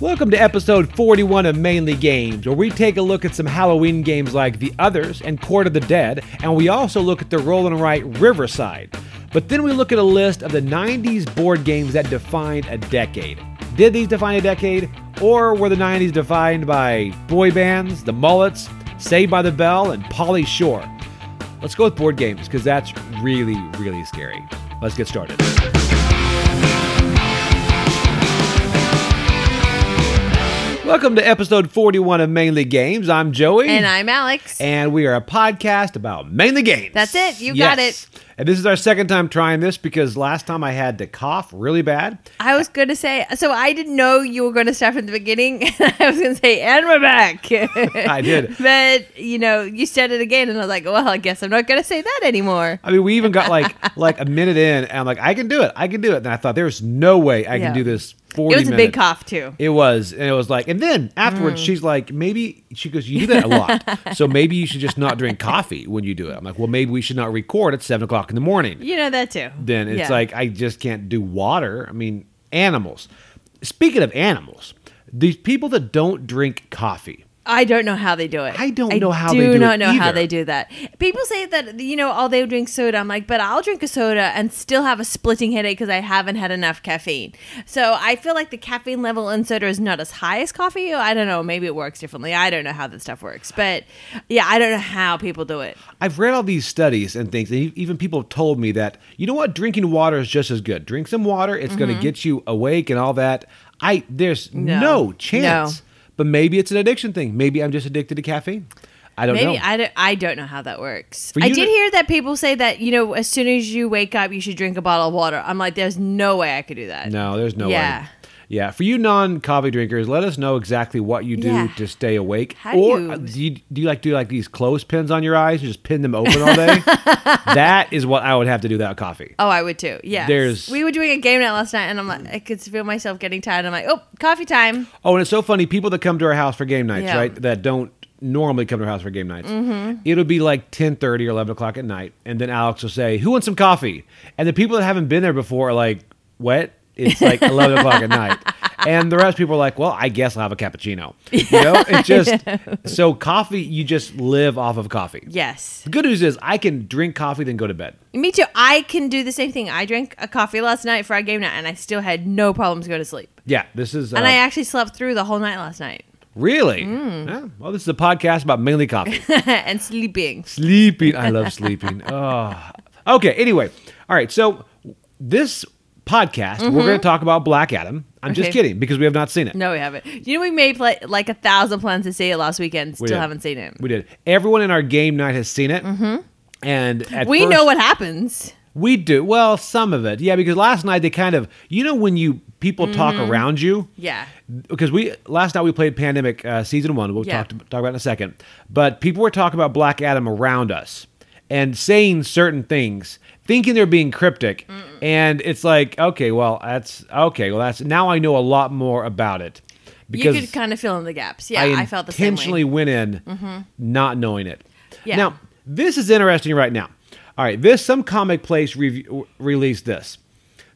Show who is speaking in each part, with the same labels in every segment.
Speaker 1: Welcome to episode 41 of Mainly Games, where we take a look at some Halloween games like The Others and Court of the Dead, and we also look at the Roll and Write Riverside. But then we look at a list of the 90s board games that defined a decade. Did these define a decade? Or were the 90s defined by boy bands, the mullets, Saved by the Bell, and Polly Shore? Let's go with board games, because that's really, really scary. Let's get started. Welcome to episode 41 of Mainly Games. I'm Joey.
Speaker 2: And I'm Alex.
Speaker 1: and we are a podcast about mainly games.
Speaker 2: That's it. You got
Speaker 1: it. And this is our second time trying this because last time I had to cough really bad.
Speaker 2: I was going to say, so I didn't know you were going to start from the beginning. I was going to say, and we're back. I
Speaker 1: did.
Speaker 2: But, you know, you said it again, and I was like, well, I guess I'm not going to say that anymore.
Speaker 1: I mean, we even got like like a minute in, and I'm like, I can do it, I can do it. And I thought there's no way I
Speaker 2: Yeah.
Speaker 1: can do this.
Speaker 2: It
Speaker 1: 40
Speaker 2: was a big
Speaker 1: minutes.
Speaker 2: cough, too.
Speaker 1: It was, and it was like, and then afterwards, she's like, maybe she goes, you do that a lot, so maybe you should just not drink coffee when you do it. I'm like, well, maybe we should not record at seven o'clock in the morning.
Speaker 2: You know that, too.
Speaker 1: then it's
Speaker 2: Yeah.
Speaker 1: like I just can't do water. I mean, animals. Speaking of animals, these people that don't drink coffee.
Speaker 2: I don't know how they do it.
Speaker 1: I don't know how they do it
Speaker 2: not know how
Speaker 1: either.
Speaker 2: they do that. People say that you know, all they drink soda. I'm like, but I'll drink a soda and still have a splitting headache because I haven't had enough caffeine. So I feel like the caffeine level in soda is not as high as coffee. I don't know. Maybe it works differently. I don't know how that stuff works, but yeah, I don't know how people do it.
Speaker 1: I've read all these studies and things, and e- even people have told me that you know what, drinking water is just as good. Drink some water; it's going to get you awake and all that. I there's no,
Speaker 2: Mm-hmm. No.
Speaker 1: chance.
Speaker 2: No.
Speaker 1: But maybe it's an addiction thing. Maybe I'm just addicted to caffeine. I don't
Speaker 2: Maybe
Speaker 1: know.
Speaker 2: I don't, I don't know how that works.
Speaker 1: For
Speaker 2: I
Speaker 1: you
Speaker 2: did
Speaker 1: to-
Speaker 2: hear that people say that you know, as soon as you wake up, you should drink a bottle of water. I'm like, there's no way I could do that.
Speaker 1: No, there's no
Speaker 2: Yeah.
Speaker 1: way. Yeah. For you non coffee drinkers, let us know exactly what you do
Speaker 2: Yeah.
Speaker 1: to stay awake.
Speaker 2: How do
Speaker 1: or
Speaker 2: you-
Speaker 1: uh, do you do you like do like these clothespins on your eyes and just pin them open all day? that is what I would have to do without coffee.
Speaker 2: Oh, I would too. Yeah.
Speaker 1: There's-
Speaker 2: we were doing a game night last night, and I'm like, I could feel myself getting tired. I'm like, oh, coffee time.
Speaker 1: Oh, and it's so funny, people that come to our house for game nights,
Speaker 2: Yeah. Mm-hmm.
Speaker 1: right? That don't normally come to our house for game nights. It'll be like 10.30 or 11 o'clock at night. And then Alex will say, who wants some coffee? And the people that haven't been there before are like, what? It's like 11 o'clock at night. And the rest of people are like, well, I guess I'll have a cappuccino. You know, it's just, so coffee, you just live off of coffee.
Speaker 2: Yes.
Speaker 1: The good news is I can drink coffee, then go to bed.
Speaker 2: Me too. I can do the same thing. I drank a coffee last night for our game night, and I still had no problems going to sleep.
Speaker 1: Yeah, this is. Uh,
Speaker 2: And I Mm. actually slept through the whole night last night
Speaker 1: really? Yeah. Well, this is a podcast about mainly coffee.
Speaker 2: and sleeping.
Speaker 1: Sleeping. I love sleeping. Oh. Okay. Anyway. All right. So this podcast, we're going to talk about Black Adam. I'm just
Speaker 2: Mm-hmm. Okay.
Speaker 1: kidding because we have not seen it.
Speaker 2: No, we haven't. You know, we made like, like a thousand plans to see it last weekend. Still
Speaker 1: We did.
Speaker 2: haven't seen it.
Speaker 1: We did. Everyone in our game night has seen it. Mm-hmm. And at
Speaker 2: We
Speaker 1: first-
Speaker 2: know what happens.
Speaker 1: we do. Well, some of it. Yeah, because last night they kind of, you know, when you people talk
Speaker 2: Mm-hmm.
Speaker 1: around you.
Speaker 2: Yeah.
Speaker 1: because we last night we played Pandemic uh, season one. We'll
Speaker 2: Yeah.
Speaker 1: talk talk about in a second. But people were talking about Black Adam around us and saying certain things, thinking they're being cryptic, and it's like, okay, well, that's okay. Well, that's now I know a lot more about it
Speaker 2: You
Speaker 1: because
Speaker 2: could kind of fill in the gaps. Yeah,
Speaker 1: I,
Speaker 2: I, felt the same
Speaker 1: intentionally
Speaker 2: way.
Speaker 1: went
Speaker 2: Mm-hmm.
Speaker 1: in not knowing it.
Speaker 2: Yeah.
Speaker 1: Now this is interesting right now. All right, this some comic place review, released this,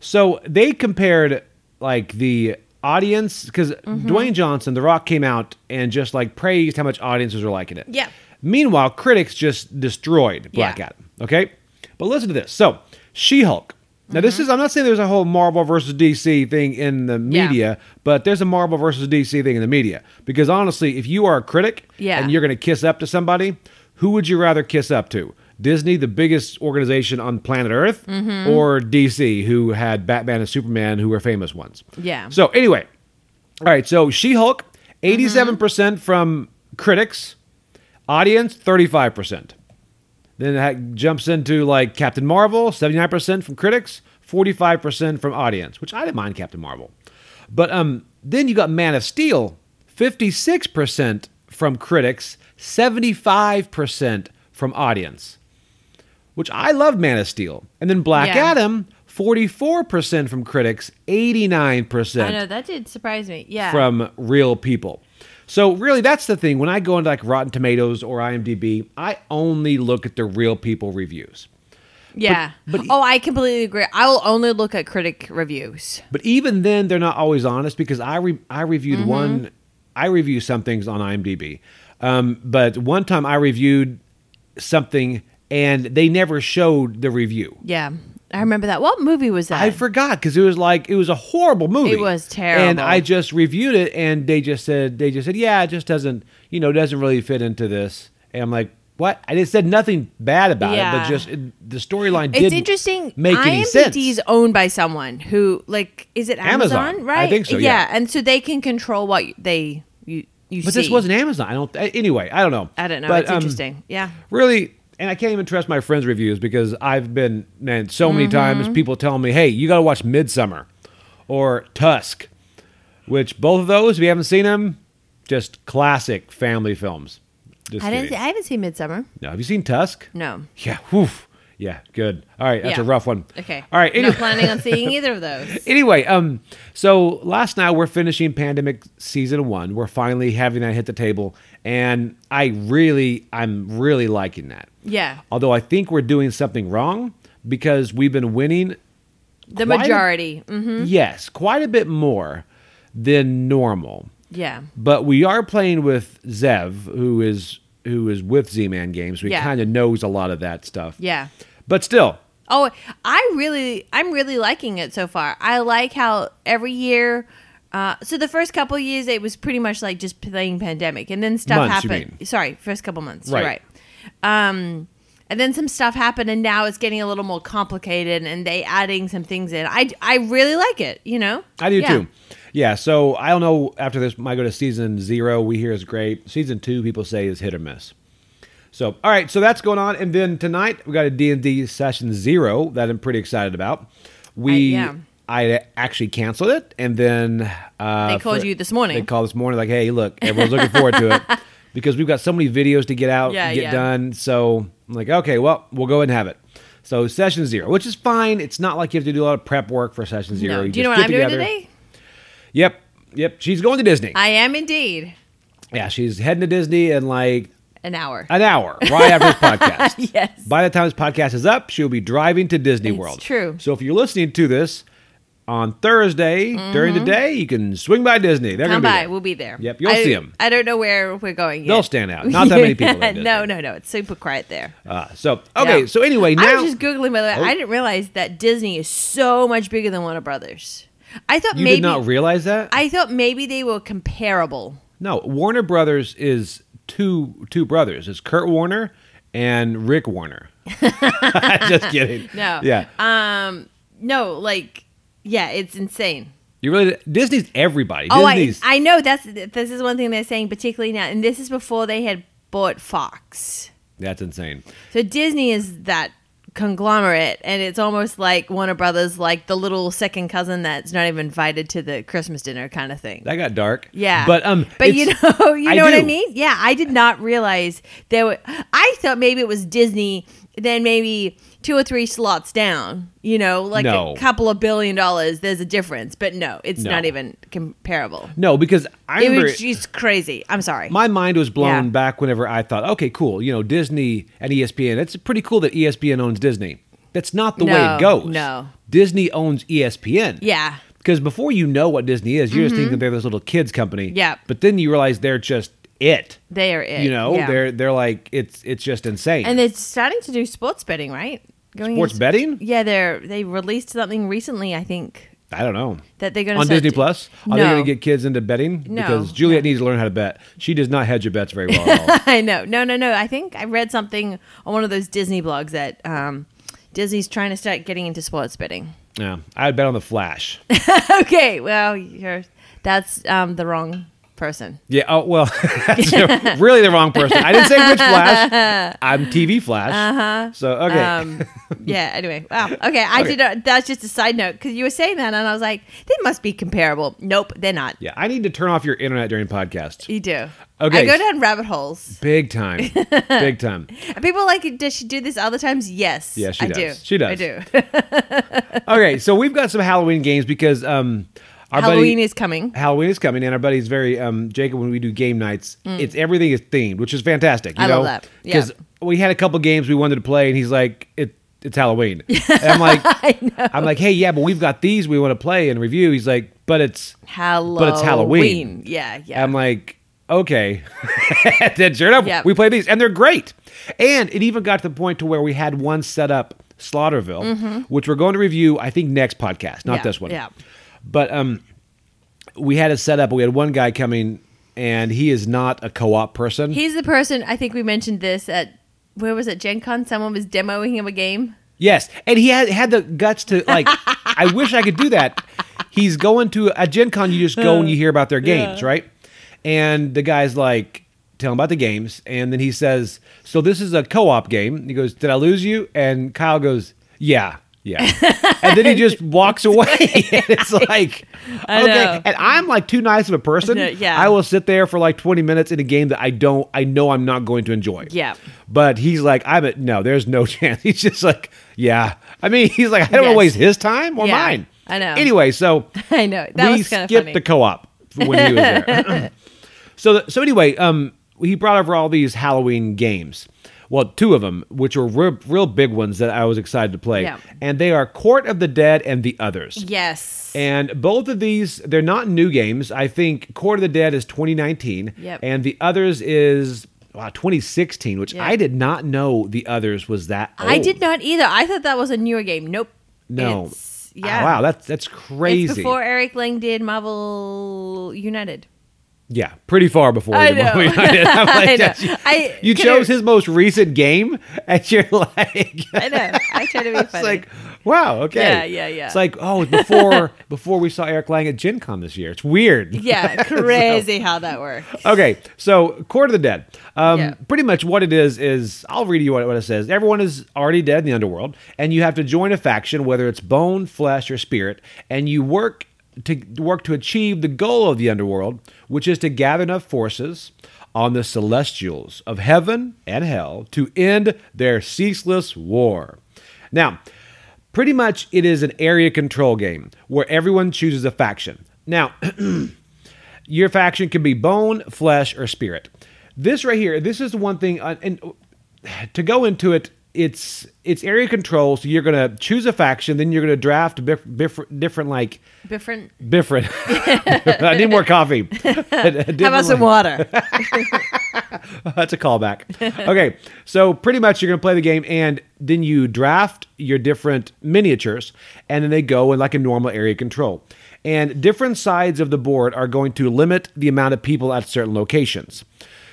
Speaker 1: so they compared like the audience because
Speaker 2: Mm-hmm.
Speaker 1: Dwayne Johnson, The Rock, came out and just like praised how much audiences were liking it.
Speaker 2: Yeah.
Speaker 1: Meanwhile, critics just destroyed Black
Speaker 2: Yeah.
Speaker 1: Adam. Okay, but listen to this. So She Hulk. Now this is I'm not saying there's a whole Marvel versus DC thing in the
Speaker 2: Mm-hmm. Yeah.
Speaker 1: media, but there's a Marvel versus DC thing in the media because honestly, if you are a critic
Speaker 2: Yeah.
Speaker 1: and you're going to kiss up to somebody, who would you rather kiss up to? Disney, the biggest organization on planet Earth,
Speaker 2: Mm-hmm.
Speaker 1: or DC, who had Batman and Superman, who were famous ones.
Speaker 2: Yeah. Mm-hmm.
Speaker 1: So anyway, all right. So She Hulk, eighty-seven percent from critics, audience thirty-five percent. Then that jumps into like Captain Marvel, 79% from critics, 45% from audience, which I didn't mind Captain Marvel. But um, then you got Man of Steel, 56% from critics, 75% from audience, which I love Man of Steel. And then Black
Speaker 2: Yeah.
Speaker 1: Adam, 44% from critics, 89%
Speaker 2: I know that did surprise me. Yeah.
Speaker 1: from real people. So really, that's the thing. When I go into like Rotten Tomatoes or IMDb, I only look at the real people reviews
Speaker 2: Yeah.
Speaker 1: but-
Speaker 2: oh, I completely agree. I will only look at critic reviews.
Speaker 1: But even then, they're not always honest because I re- I reviewed one. I review some things on IMDb, um, but one time I reviewed something and they never showed the review.
Speaker 2: Yeah. I remember that. What movie was that?
Speaker 1: I forgot because it was like it was a horrible movie.
Speaker 2: It was terrible.
Speaker 1: and I just reviewed it, and they just said they just said, yeah, it just doesn't you know doesn't really fit into this. And I'm like, what? I just said nothing bad about it,
Speaker 2: Yeah.
Speaker 1: but just it, the storyline.
Speaker 2: it's
Speaker 1: didn't
Speaker 2: interesting.
Speaker 1: Make
Speaker 2: IMDb
Speaker 1: any sense?
Speaker 2: is owned by someone who, like, is it Amazon?
Speaker 1: Amazon. I
Speaker 2: right?
Speaker 1: think so, yeah.
Speaker 2: and so they can control what you- they you you
Speaker 1: But
Speaker 2: see.
Speaker 1: this wasn't Amazon. I don't. Anyway, I don't know.
Speaker 2: I don't know.
Speaker 1: But,
Speaker 2: it's
Speaker 1: um,
Speaker 2: interesting. Yeah.
Speaker 1: really and i can't even trust my friends reviews because i've been man so many
Speaker 2: Mm-hmm.
Speaker 1: times people telling me hey you got to watch midsummer or tusk which both of those if you haven't seen them just classic family films just
Speaker 2: I didn't.
Speaker 1: kidding.
Speaker 2: See, I haven't seen Midsummer.
Speaker 1: no, have you seen tusk
Speaker 2: No.
Speaker 1: yeah whew. yeah good all right that's
Speaker 2: Yeah.
Speaker 1: a rough one
Speaker 2: Okay.
Speaker 1: all right
Speaker 2: Not
Speaker 1: anyway,
Speaker 2: planning on seeing either of those.
Speaker 1: anyway um so last night we're finishing pandemic season one we're finally having that hit the table and i really i'm really liking that
Speaker 2: Yeah.
Speaker 1: although I think we're doing something wrong because we've been winning,
Speaker 2: The
Speaker 1: Quite a-
Speaker 2: majority. hmm
Speaker 1: yes, quite a bit more than normal.
Speaker 2: Yeah.
Speaker 1: But we are playing with Zev, who is who is with Z Man Games. We
Speaker 2: Yeah.
Speaker 1: kind of knows a lot of that stuff.
Speaker 2: Yeah.
Speaker 1: But still,
Speaker 2: Oh, I really, I'm really liking it so far. I like how every year. Uh, so the first couple of years, it was pretty much like just playing pandemic, and then stuff
Speaker 1: Months, you
Speaker 2: happened. Sorry, first couple months. You're
Speaker 1: Right.
Speaker 2: right. Um, and then some stuff happened, and now it's getting a little more complicated, and they adding some things in. I, I really like it. You know.
Speaker 1: I do
Speaker 2: Yeah.
Speaker 1: too. Yeah. So I don't know. After this, might go to season zero. We hear is great. Season two, people say is hit or miss. So all right. So that's going on. And then tonight we got a D and D session zero that I'm pretty excited about. We.
Speaker 2: I- yeah.
Speaker 1: I actually canceled it, and then uh,
Speaker 2: They called you this morning.
Speaker 1: They called this morning, like, "Hey, look, everyone's looking forward to it because we've got so many videos to get out,
Speaker 2: Yeah,
Speaker 1: and get
Speaker 2: yeah.
Speaker 1: done." So I'm like, "Okay, well, we'll go ahead and have it." So session zero, which is fine. It's not like you have to do a lot of prep work for session zero.
Speaker 2: No. Do you know
Speaker 1: just
Speaker 2: what I'm
Speaker 1: get
Speaker 2: doing
Speaker 1: together.
Speaker 2: today?
Speaker 1: Yep. Yep. She's going to Disney.
Speaker 2: I am indeed
Speaker 1: yeah, she's heading to Disney in like
Speaker 2: an hour.
Speaker 1: an hour, right after this podcast.
Speaker 2: yes.
Speaker 1: By the time this podcast is up, she'll be driving to Disney
Speaker 2: It's
Speaker 1: World.
Speaker 2: true.
Speaker 1: So if you're listening to this on Thursday during the day, you can swing by Disney. They're
Speaker 2: Mm-hmm.
Speaker 1: gonna
Speaker 2: Come
Speaker 1: be
Speaker 2: by.
Speaker 1: there.
Speaker 2: We'll be there.
Speaker 1: Yep, you'll
Speaker 2: I,
Speaker 1: see 'em.
Speaker 2: I don't know where we're going. Yet.
Speaker 1: They'll stand out. Not that many people in Disney.
Speaker 2: no, no, no. It's super quiet there.
Speaker 1: Uh, so okay.
Speaker 2: Yeah.
Speaker 1: So anyway,
Speaker 2: I
Speaker 1: now
Speaker 2: was just googling by the way.
Speaker 1: Oh.
Speaker 2: I didn't realize that Disney is so much bigger than Warner Brothers. I thought
Speaker 1: you
Speaker 2: maybe
Speaker 1: did not realize that.
Speaker 2: I thought maybe they were comparable.
Speaker 1: no, Warner Brothers is two two brothers. It's Kurt Warner and Rick Warner. just kidding.
Speaker 2: No.
Speaker 1: Yeah.
Speaker 2: Um. No. Like. Yeah. It's insane.
Speaker 1: you really Disney's everybody.
Speaker 2: Oh, I,
Speaker 1: Disney's
Speaker 2: I know. That's this is one thing they're saying particularly now, and this is before they had bought Fox.
Speaker 1: that's insane.
Speaker 2: So Disney is that conglomerate, and it's almost like Warner Brothers, like the little second cousin that's not even invited to the Christmas dinner kind of thing.
Speaker 1: That got dark.
Speaker 2: yeah,
Speaker 1: But um,
Speaker 2: but you
Speaker 1: it's-
Speaker 2: know, you
Speaker 1: I
Speaker 2: know what I
Speaker 1: do.
Speaker 2: mean? Yeah, I did not realize there. Were, I thought maybe it was Disney, then maybe two or three slots down. You know, like
Speaker 1: No.
Speaker 2: a couple of billion dollars. There's a difference, but no, it's
Speaker 1: No.
Speaker 2: not even comparable.
Speaker 1: No, because I
Speaker 2: It
Speaker 1: remember
Speaker 2: was just crazy. I'm sorry.
Speaker 1: my mind was blown
Speaker 2: Yeah.
Speaker 1: back whenever I thought, okay, cool. You know, Disney and E ESPN. It's pretty cool that E ESPN owns Disney. That's not the way
Speaker 2: No,
Speaker 1: it goes.
Speaker 2: no.
Speaker 1: Disney owns E ESPN.
Speaker 2: yeah, Mm-hmm.
Speaker 1: Because before you know what Disney is, you're just thinking they're this little kids company.
Speaker 2: Yeah.
Speaker 1: But then you realize they're just it.
Speaker 2: they are it.
Speaker 1: You know,
Speaker 2: Yeah.
Speaker 1: they're they're like it's it's just insane.
Speaker 2: And they're starting to do sports betting, right? Going
Speaker 1: Sports
Speaker 2: into-
Speaker 1: betting?
Speaker 2: Yeah, they're they released something recently, I think,
Speaker 1: I don't know.
Speaker 2: that they're going
Speaker 1: on Disney Plus, are they
Speaker 2: No.
Speaker 1: going to get kids into betting?
Speaker 2: No.
Speaker 1: Because Juliet needs to learn how to bet. She does not hedge her bets very well at all.
Speaker 2: I know. No, no, no. I think I read something on one of those Disney blogs that um, Disney's trying to start getting into sports betting.
Speaker 1: Yeah, I would bet on the Flash.
Speaker 2: okay, well, you're that's um, the wrong person.
Speaker 1: Yeah. Oh well, that's really the wrong person. I didn't say which Flash. I'm TV Flash. Uh-huh. So okay.
Speaker 2: Um, yeah. Anyway, wow. Okay, I
Speaker 1: Okay.
Speaker 2: did. Not, that's just a side note because you were saying that, and I was like, they must be comparable. Nope, they're not.
Speaker 1: yeah, I need to turn off your internet during podcasts.
Speaker 2: You do.
Speaker 1: Okay.
Speaker 2: I go down rabbit holes.
Speaker 1: Big time. Big time.
Speaker 2: And People are like, does she do this other times? Yes.
Speaker 1: Yeah, she
Speaker 2: I
Speaker 1: does.
Speaker 2: do.
Speaker 1: She does.
Speaker 2: I do.
Speaker 1: Okay, so we've got some Halloween games because um our
Speaker 2: Halloween
Speaker 1: buddy,
Speaker 2: is coming.
Speaker 1: Halloween is coming, and our buddy's very um Jacob. When we do game nights, it's everything is themed, which is fantastic. You
Speaker 2: Mm. I
Speaker 1: know?
Speaker 2: love that. Yeah.
Speaker 1: we had a couple games we wanted to play, and he's like, "It it's Halloween. And I'm like,
Speaker 2: I know.
Speaker 1: I'm like, hey, yeah, but we've got these we want to play and review. He's like, but it's.
Speaker 2: Halloween.
Speaker 1: it's Halloween. Um,
Speaker 2: Yeah, yeah.
Speaker 1: I'm like, okay. then sure enough,
Speaker 2: Yep.
Speaker 1: we play these, and they're great. And it even got to the point to where we had one set up Slaughterville, which we're going to review, I think, next podcast, not
Speaker 2: Mm-hmm. Yeah,
Speaker 1: this one.
Speaker 2: yeah.
Speaker 1: But um, we had it set up. We had one guy coming, and he is not a co-op person.
Speaker 2: He's the person I think we mentioned this at where was it Gen Con? Someone was demoing him a game.
Speaker 1: Yes, and he had had the guts to like. I wish I could do that. He's going to a Gen Con. You just go and you hear about their games, right? And the guy's like, "Tell him about the games." And then he says, "So this is a co-op game." And he goes, "Did I lose you?" And Kyle goes, "Yeah, yeah." and then he just walks away. and it's like,
Speaker 2: I
Speaker 1: okay.
Speaker 2: know.
Speaker 1: And I'm like too nice of a person.
Speaker 2: No, yeah.
Speaker 1: I will sit there for like 20 minutes in a game that I don't. I know I'm not going to enjoy.
Speaker 2: Yeah.
Speaker 1: But he's like, I'm at no, there's no chance. He's just like, yeah. I mean, he's like, I don't want to
Speaker 2: Yes.
Speaker 1: waste his time or
Speaker 2: Yeah,
Speaker 1: mine.
Speaker 2: I know.
Speaker 1: Anyway, so
Speaker 2: I know. That
Speaker 1: we
Speaker 2: was kind of
Speaker 1: skipped
Speaker 2: funny.
Speaker 1: the co-op when he was there. so, th- so anyway, um, he brought over all these Halloween games. Well, two of them, which were real, real big ones that I was excited to play,
Speaker 2: Yeah.
Speaker 1: and they are Court of the Dead and the Others.
Speaker 2: yes.
Speaker 1: And both of these, they're not new games. I think Court of the Dead is 2019,
Speaker 2: Yep.
Speaker 1: and the others is wow, 2016, which
Speaker 2: Yeah.
Speaker 1: I did not know the others was that. Old.
Speaker 2: I did not either. I thought that was a newer game. Nope.
Speaker 1: Oh. No.
Speaker 2: It's,
Speaker 1: Ah,
Speaker 2: yeah.
Speaker 1: wow, that's that's crazy.
Speaker 2: It's before Eric Lang did Marvel United.
Speaker 1: yeah, pretty far before.
Speaker 2: I
Speaker 1: the
Speaker 2: know.
Speaker 1: Marvel United. I'm like,
Speaker 2: I know.
Speaker 1: that's-
Speaker 2: I-
Speaker 1: you
Speaker 2: could
Speaker 1: chose
Speaker 2: it-
Speaker 1: his most recent game, and you're like,
Speaker 2: I know. I try to be
Speaker 1: it's
Speaker 2: funny.
Speaker 1: like, wow, okay,
Speaker 2: Yeah, yeah, yeah.
Speaker 1: It's like, oh, before before we saw Eric Lang at Gen Con this year. It's weird.
Speaker 2: yeah, crazy how that works.
Speaker 1: Okay, so Court of the Dead. Um,
Speaker 2: Yeah.
Speaker 1: Pretty much what it is is I'll read you what, what it says. Everyone is already dead in the underworld, and you have to join a faction, whether it's bone, flesh, or spirit, and you work to work to achieve the goal of the underworld, which is to gather enough forces on the celestials of heaven and hell to end their ceaseless war. Now, pretty much it is an area control game where everyone chooses a faction. Now, your faction can be bone, flesh, or spirit. This right here, this is the one thing, uh, and to go into it, it's it's area control. So you're gonna choose a faction, then you're gonna draft bif- bif- different like
Speaker 2: Different.
Speaker 1: different. I need more coffee.
Speaker 2: How about some water?
Speaker 1: That's a callback. Okay, so pretty much you're going to play the game, and then you draft your different miniatures, and then they go in like a normal area control. And different sides of the board are going to limit the amount of people at certain locations.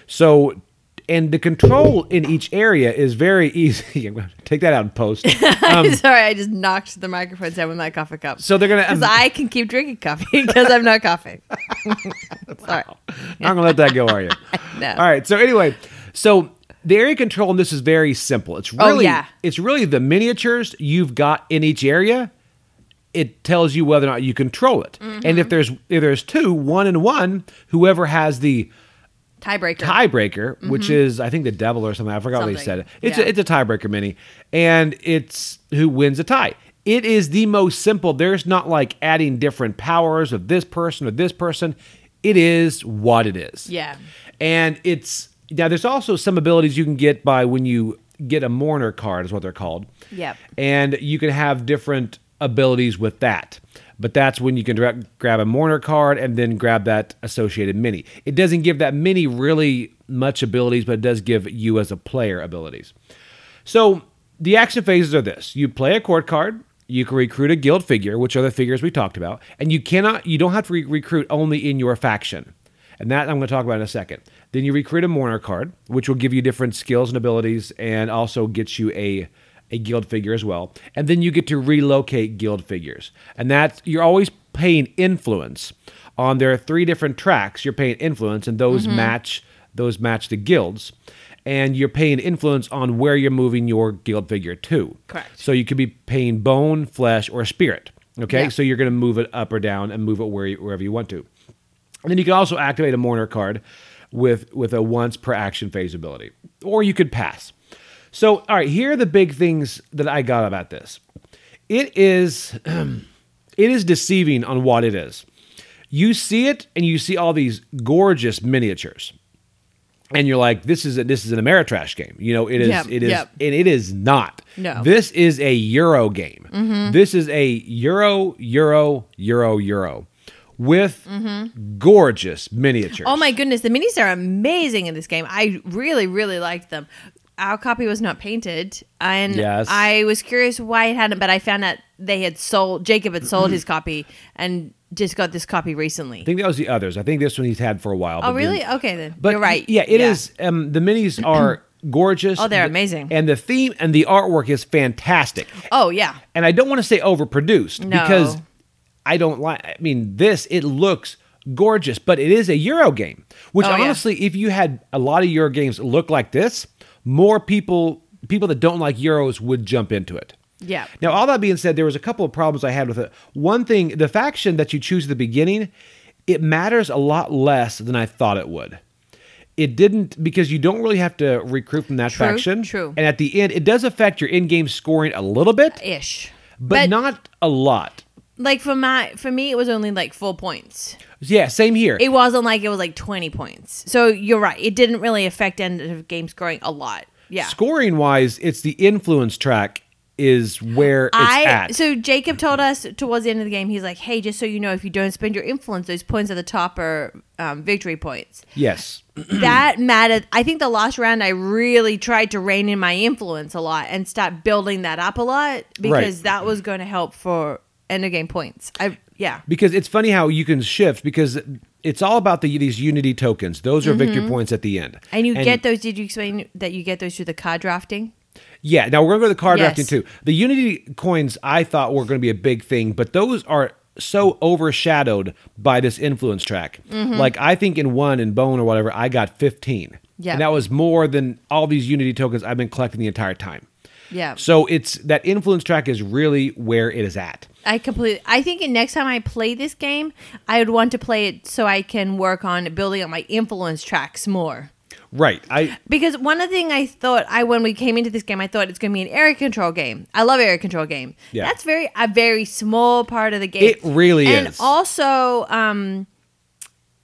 Speaker 1: So, and the control in each area is very easy. I'm gonna Take that out and post. Um,
Speaker 2: I'm sorry, I just knocked the microphone down with my coffee cup.
Speaker 1: So they're going
Speaker 2: because
Speaker 1: to.
Speaker 2: I can keep drinking coffee because I'm not coughing. sorry.
Speaker 1: I'm gonna let that go, are you?
Speaker 2: No.
Speaker 1: All right. So anyway, so the area control in this is very simple. It's
Speaker 2: Oh,
Speaker 1: really
Speaker 2: yeah.
Speaker 1: it's really the miniatures you've got in each area. It tells you whether or not you control it. And
Speaker 2: Mm-hmm.
Speaker 1: if there's if there's two, one and one, whoever has the
Speaker 2: Tiebreaker.
Speaker 1: tiebreaker, which is I think the devil or something. I forgot what they said.
Speaker 2: Mm-hmm. Something.
Speaker 1: It's a,
Speaker 2: Yeah.
Speaker 1: it's a tiebreaker mini, and it's who wins a tie. It is the most simple. There's not like adding different powers of this person or this person. It is what it is.
Speaker 2: Yeah.
Speaker 1: And it's now there's also some abilities you can get by when you get a mourner card is what they're called.
Speaker 2: Yep.
Speaker 1: And you can have different abilities with that. But that's when you can direct, grab a mourner card and then grab that associated mini. It doesn't give that mini really much abilities, but it does give you as a player abilities. So the action phases are this: you play a court card, you can recruit a guild figure, which are the figures we talked about, and you cannot, you don't have to re- recruit only in your faction, and that I'm going to talk about in a second. Then you recruit a mourner card, which will give you different skills and abilities, and also gets you a a guild figure as well. And then you get to relocate guild figures, and that's you're always paying influence on there are three different tracks you're paying influence and those match those match the guilds and you're paying influence on where you're moving your guild figure to
Speaker 2: Correct.
Speaker 1: so you could be paying bone flesh or spirit okay
Speaker 2: Yeah.
Speaker 1: so you're going to move it up or down and move it where, you- wherever you want to and then you can also activate a mourner card with with a once per action phase ability or you could pass so all right here are the big things that i got about this it is it is deceiving on what it is. You see it and you see all these gorgeous miniatures. and you're like, this is a, this is an Ameritrash game. You know, it is
Speaker 2: Yep,
Speaker 1: it is
Speaker 2: yep.
Speaker 1: and it is not.
Speaker 2: No.
Speaker 1: This is a Euro game.
Speaker 2: Mm-hmm.
Speaker 1: This is a Euro Euro Euro Euro with gorgeous miniatures.
Speaker 2: Oh my goodness, the minis are amazing in this game. I really, really liked them. Our copy was not painted, and
Speaker 1: Yes.
Speaker 2: I was curious why it hadn't. But I found out they had sold. Jacob had sold his copy and just got this copy recently.
Speaker 1: I think that was the others. I think this one he's had for a while.
Speaker 2: oh,
Speaker 1: but didn't-
Speaker 2: really? Okay, then
Speaker 1: But
Speaker 2: you're right.
Speaker 1: Yeah, it is. Um, the minis are gorgeous.
Speaker 2: Oh, they're
Speaker 1: The-
Speaker 2: amazing.
Speaker 1: And the theme and the artwork is fantastic.
Speaker 2: Oh, yeah.
Speaker 1: And I don't want to say overproduced
Speaker 2: No.
Speaker 1: because I don't like. I mean, this it looks gorgeous, but it is a Euro game. Which
Speaker 2: Oh, yeah.
Speaker 1: honestly, if you had a lot of Euro games look like this, more people people that don't like Euros would jump into it.
Speaker 2: Yeah.
Speaker 1: Now, all that being said, there was a couple of problems I had with it. One thing, the faction that you choose at the beginning, it matters a lot less than I thought it would. It didn't because you don't really have to recruit from that
Speaker 2: True,
Speaker 1: faction.
Speaker 2: true.
Speaker 1: And at the end, it does affect your in-game scoring a little bit,
Speaker 2: Ish.
Speaker 1: but, not a lot.
Speaker 2: like for my for me, it was only like four points.
Speaker 1: Yeah, same here.
Speaker 2: It wasn't like it was like twenty points. So you're right. It didn't really affect end of game scoring a lot. Yeah.
Speaker 1: Scoring wise, it's the influence track is where it's
Speaker 2: I
Speaker 1: at.
Speaker 2: so Jacob told us towards the end of the game, he's like, "Hey, just so you know, if you don't spend your influence, those points at the top are um, victory points."
Speaker 1: yes.
Speaker 2: that mattered. I think the last round, I really tried to rein in my influence a lot and start building that up a lot because
Speaker 1: Right.
Speaker 2: that was going to help for end of game points. I yeah.
Speaker 1: because it's funny how you can shift because it's all about the these unity tokens those are victory points at the end
Speaker 2: Mm-hmm. And you get those? Did you explain that you get those through the card drafting?
Speaker 1: yeah now we're gonna go to the card
Speaker 2: Yes.
Speaker 1: drafting too the unity coins i thought were gonna be a big thing but those are so overshadowed by this influence track
Speaker 2: Mm-hmm.
Speaker 1: like i think in one in bone or whatever i got 15
Speaker 2: Yeah.
Speaker 1: and that was more than all these unity tokens i've been collecting the entire time
Speaker 2: Yeah.
Speaker 1: so it's that influence track is really where it is at
Speaker 2: I completely. I think in next time I play this game, I would want to play it so I can work on building up my influence tracks more.
Speaker 1: right i
Speaker 2: Because one of the thing I thought I when we came into this game, I thought it's going to be an area control game. I love area control game.
Speaker 1: Yeah.
Speaker 2: that's very a very small part of the game.
Speaker 1: It really
Speaker 2: and
Speaker 1: is.
Speaker 2: also, um,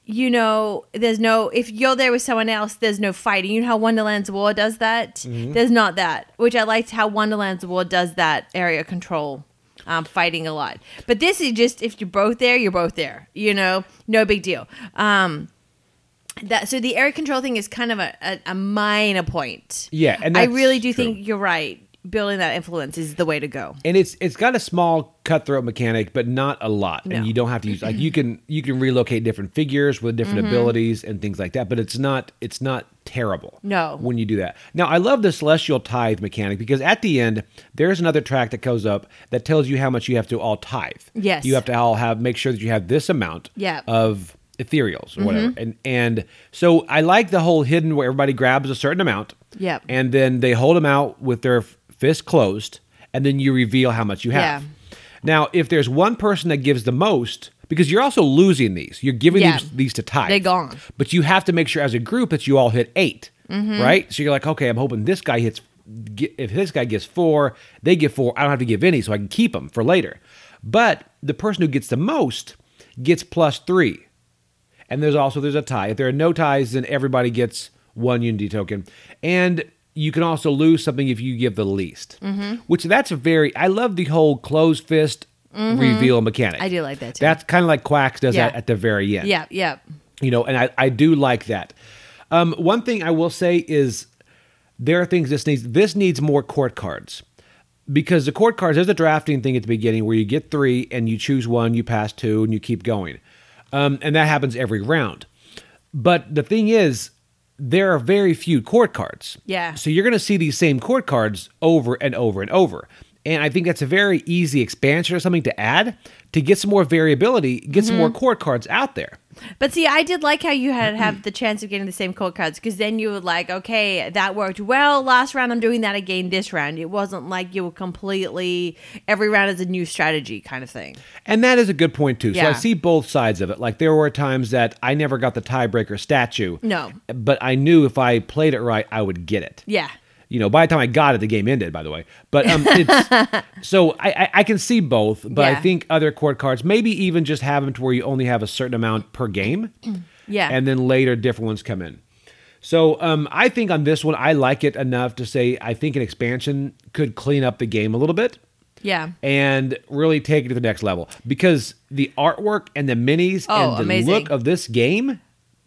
Speaker 2: you know, there's no if you're there with someone else, there's no fighting. You know how Wonderland's War does that.
Speaker 1: Mm-hmm.
Speaker 2: There's not that, which I liked how Wonderland's War does that area control. Um, fighting a lot, but this is just if you're both there, you're both there. You know, no big deal. Um, that so the air control thing is kind of a, a, a minor point.
Speaker 1: Yeah, and
Speaker 2: I
Speaker 1: that's
Speaker 2: really do
Speaker 1: true.
Speaker 2: think you're right. Building that influence is the way to go.
Speaker 1: and it's it's got a small cutthroat mechanic, but not a lot.
Speaker 2: No.
Speaker 1: And you don't have to use like you can you can relocate different figures with different
Speaker 2: Mm-hmm.
Speaker 1: abilities and things like that. But it's not it's not terrible.
Speaker 2: No.
Speaker 1: when you do that. Now I love the celestial tithe mechanic because at the end there's another track that goes up that tells you how much you have to all tithe.
Speaker 2: Yes.
Speaker 1: you have to all have make sure that you have this amount.
Speaker 2: Yeah.
Speaker 1: of ethereals or whatever.
Speaker 2: Mm-hmm.
Speaker 1: And and so I like the whole hidden where everybody grabs a certain amount.
Speaker 2: Yep.
Speaker 1: And then they hold them out with their f- fist closed, and then you reveal how much you have.
Speaker 2: Yeah.
Speaker 1: Now, if there's one person that gives the most, because you're also losing these, you're giving
Speaker 2: Yeah.
Speaker 1: these, these to tie.
Speaker 2: They're gone.
Speaker 1: But you have to make sure as a group that you all hit 8
Speaker 2: Mm-hmm.
Speaker 1: right? So you're like, okay, I'm hoping this guy hits. ge- If this guy gets four, they get four. I don't have to give any, so I can keep them for later. But the person who gets the most gets plus three. And there's also there's a tie. If there are no ties, then everybody gets one unity token. And you can also lose something if you give the least.
Speaker 2: Mm-hmm.
Speaker 1: Which that's a very I love the whole closed fist reveal mechanic.
Speaker 2: Mm-hmm. I do like that too.
Speaker 1: That's kind of like Quacks does
Speaker 2: Yeah.
Speaker 1: that at the very end.
Speaker 2: Yeah, yeah.
Speaker 1: You know, and I, I do like that. Um, one thing I will say is there are things this needs this needs more court cards. Because the court cards, there's a drafting thing at the beginning where you get three and you choose one, you pass two, and you keep going. Um, and that happens every round. But the thing is, there are very few court cards.
Speaker 2: Yeah.
Speaker 1: So you're going to see these same court cards over and over and over. And I think that's a very easy expansion or something to add to get some more variability, get some more court cards out there.
Speaker 2: But see, I did like how you had have the chance of getting the same cold cards because then you were like, okay, that worked well last round. I'm doing that again this round. It wasn't like you were completely every round is a new strategy kind of thing.
Speaker 1: And that is a good point too. So I
Speaker 2: Yeah.
Speaker 1: see both sides of it. Like there were times that I never got the tiebreaker statue.
Speaker 2: No.
Speaker 1: But I knew if I played it right, I would get it.
Speaker 2: Yeah,
Speaker 1: You know, by the time I got it, the game ended. By the way, but um, it's, so I, I, I can see both. But I
Speaker 2: Yeah.
Speaker 1: think other court cards, maybe even just have them to where you only have a certain amount per game,
Speaker 2: yeah.
Speaker 1: and then later different ones come in. So um, I think on this one, I like it enough to say I think an expansion could clean up the game a little bit
Speaker 2: Yeah.
Speaker 1: and really take it to the next level because the artwork and the minis
Speaker 2: Oh,
Speaker 1: and the
Speaker 2: amazing.
Speaker 1: look of this game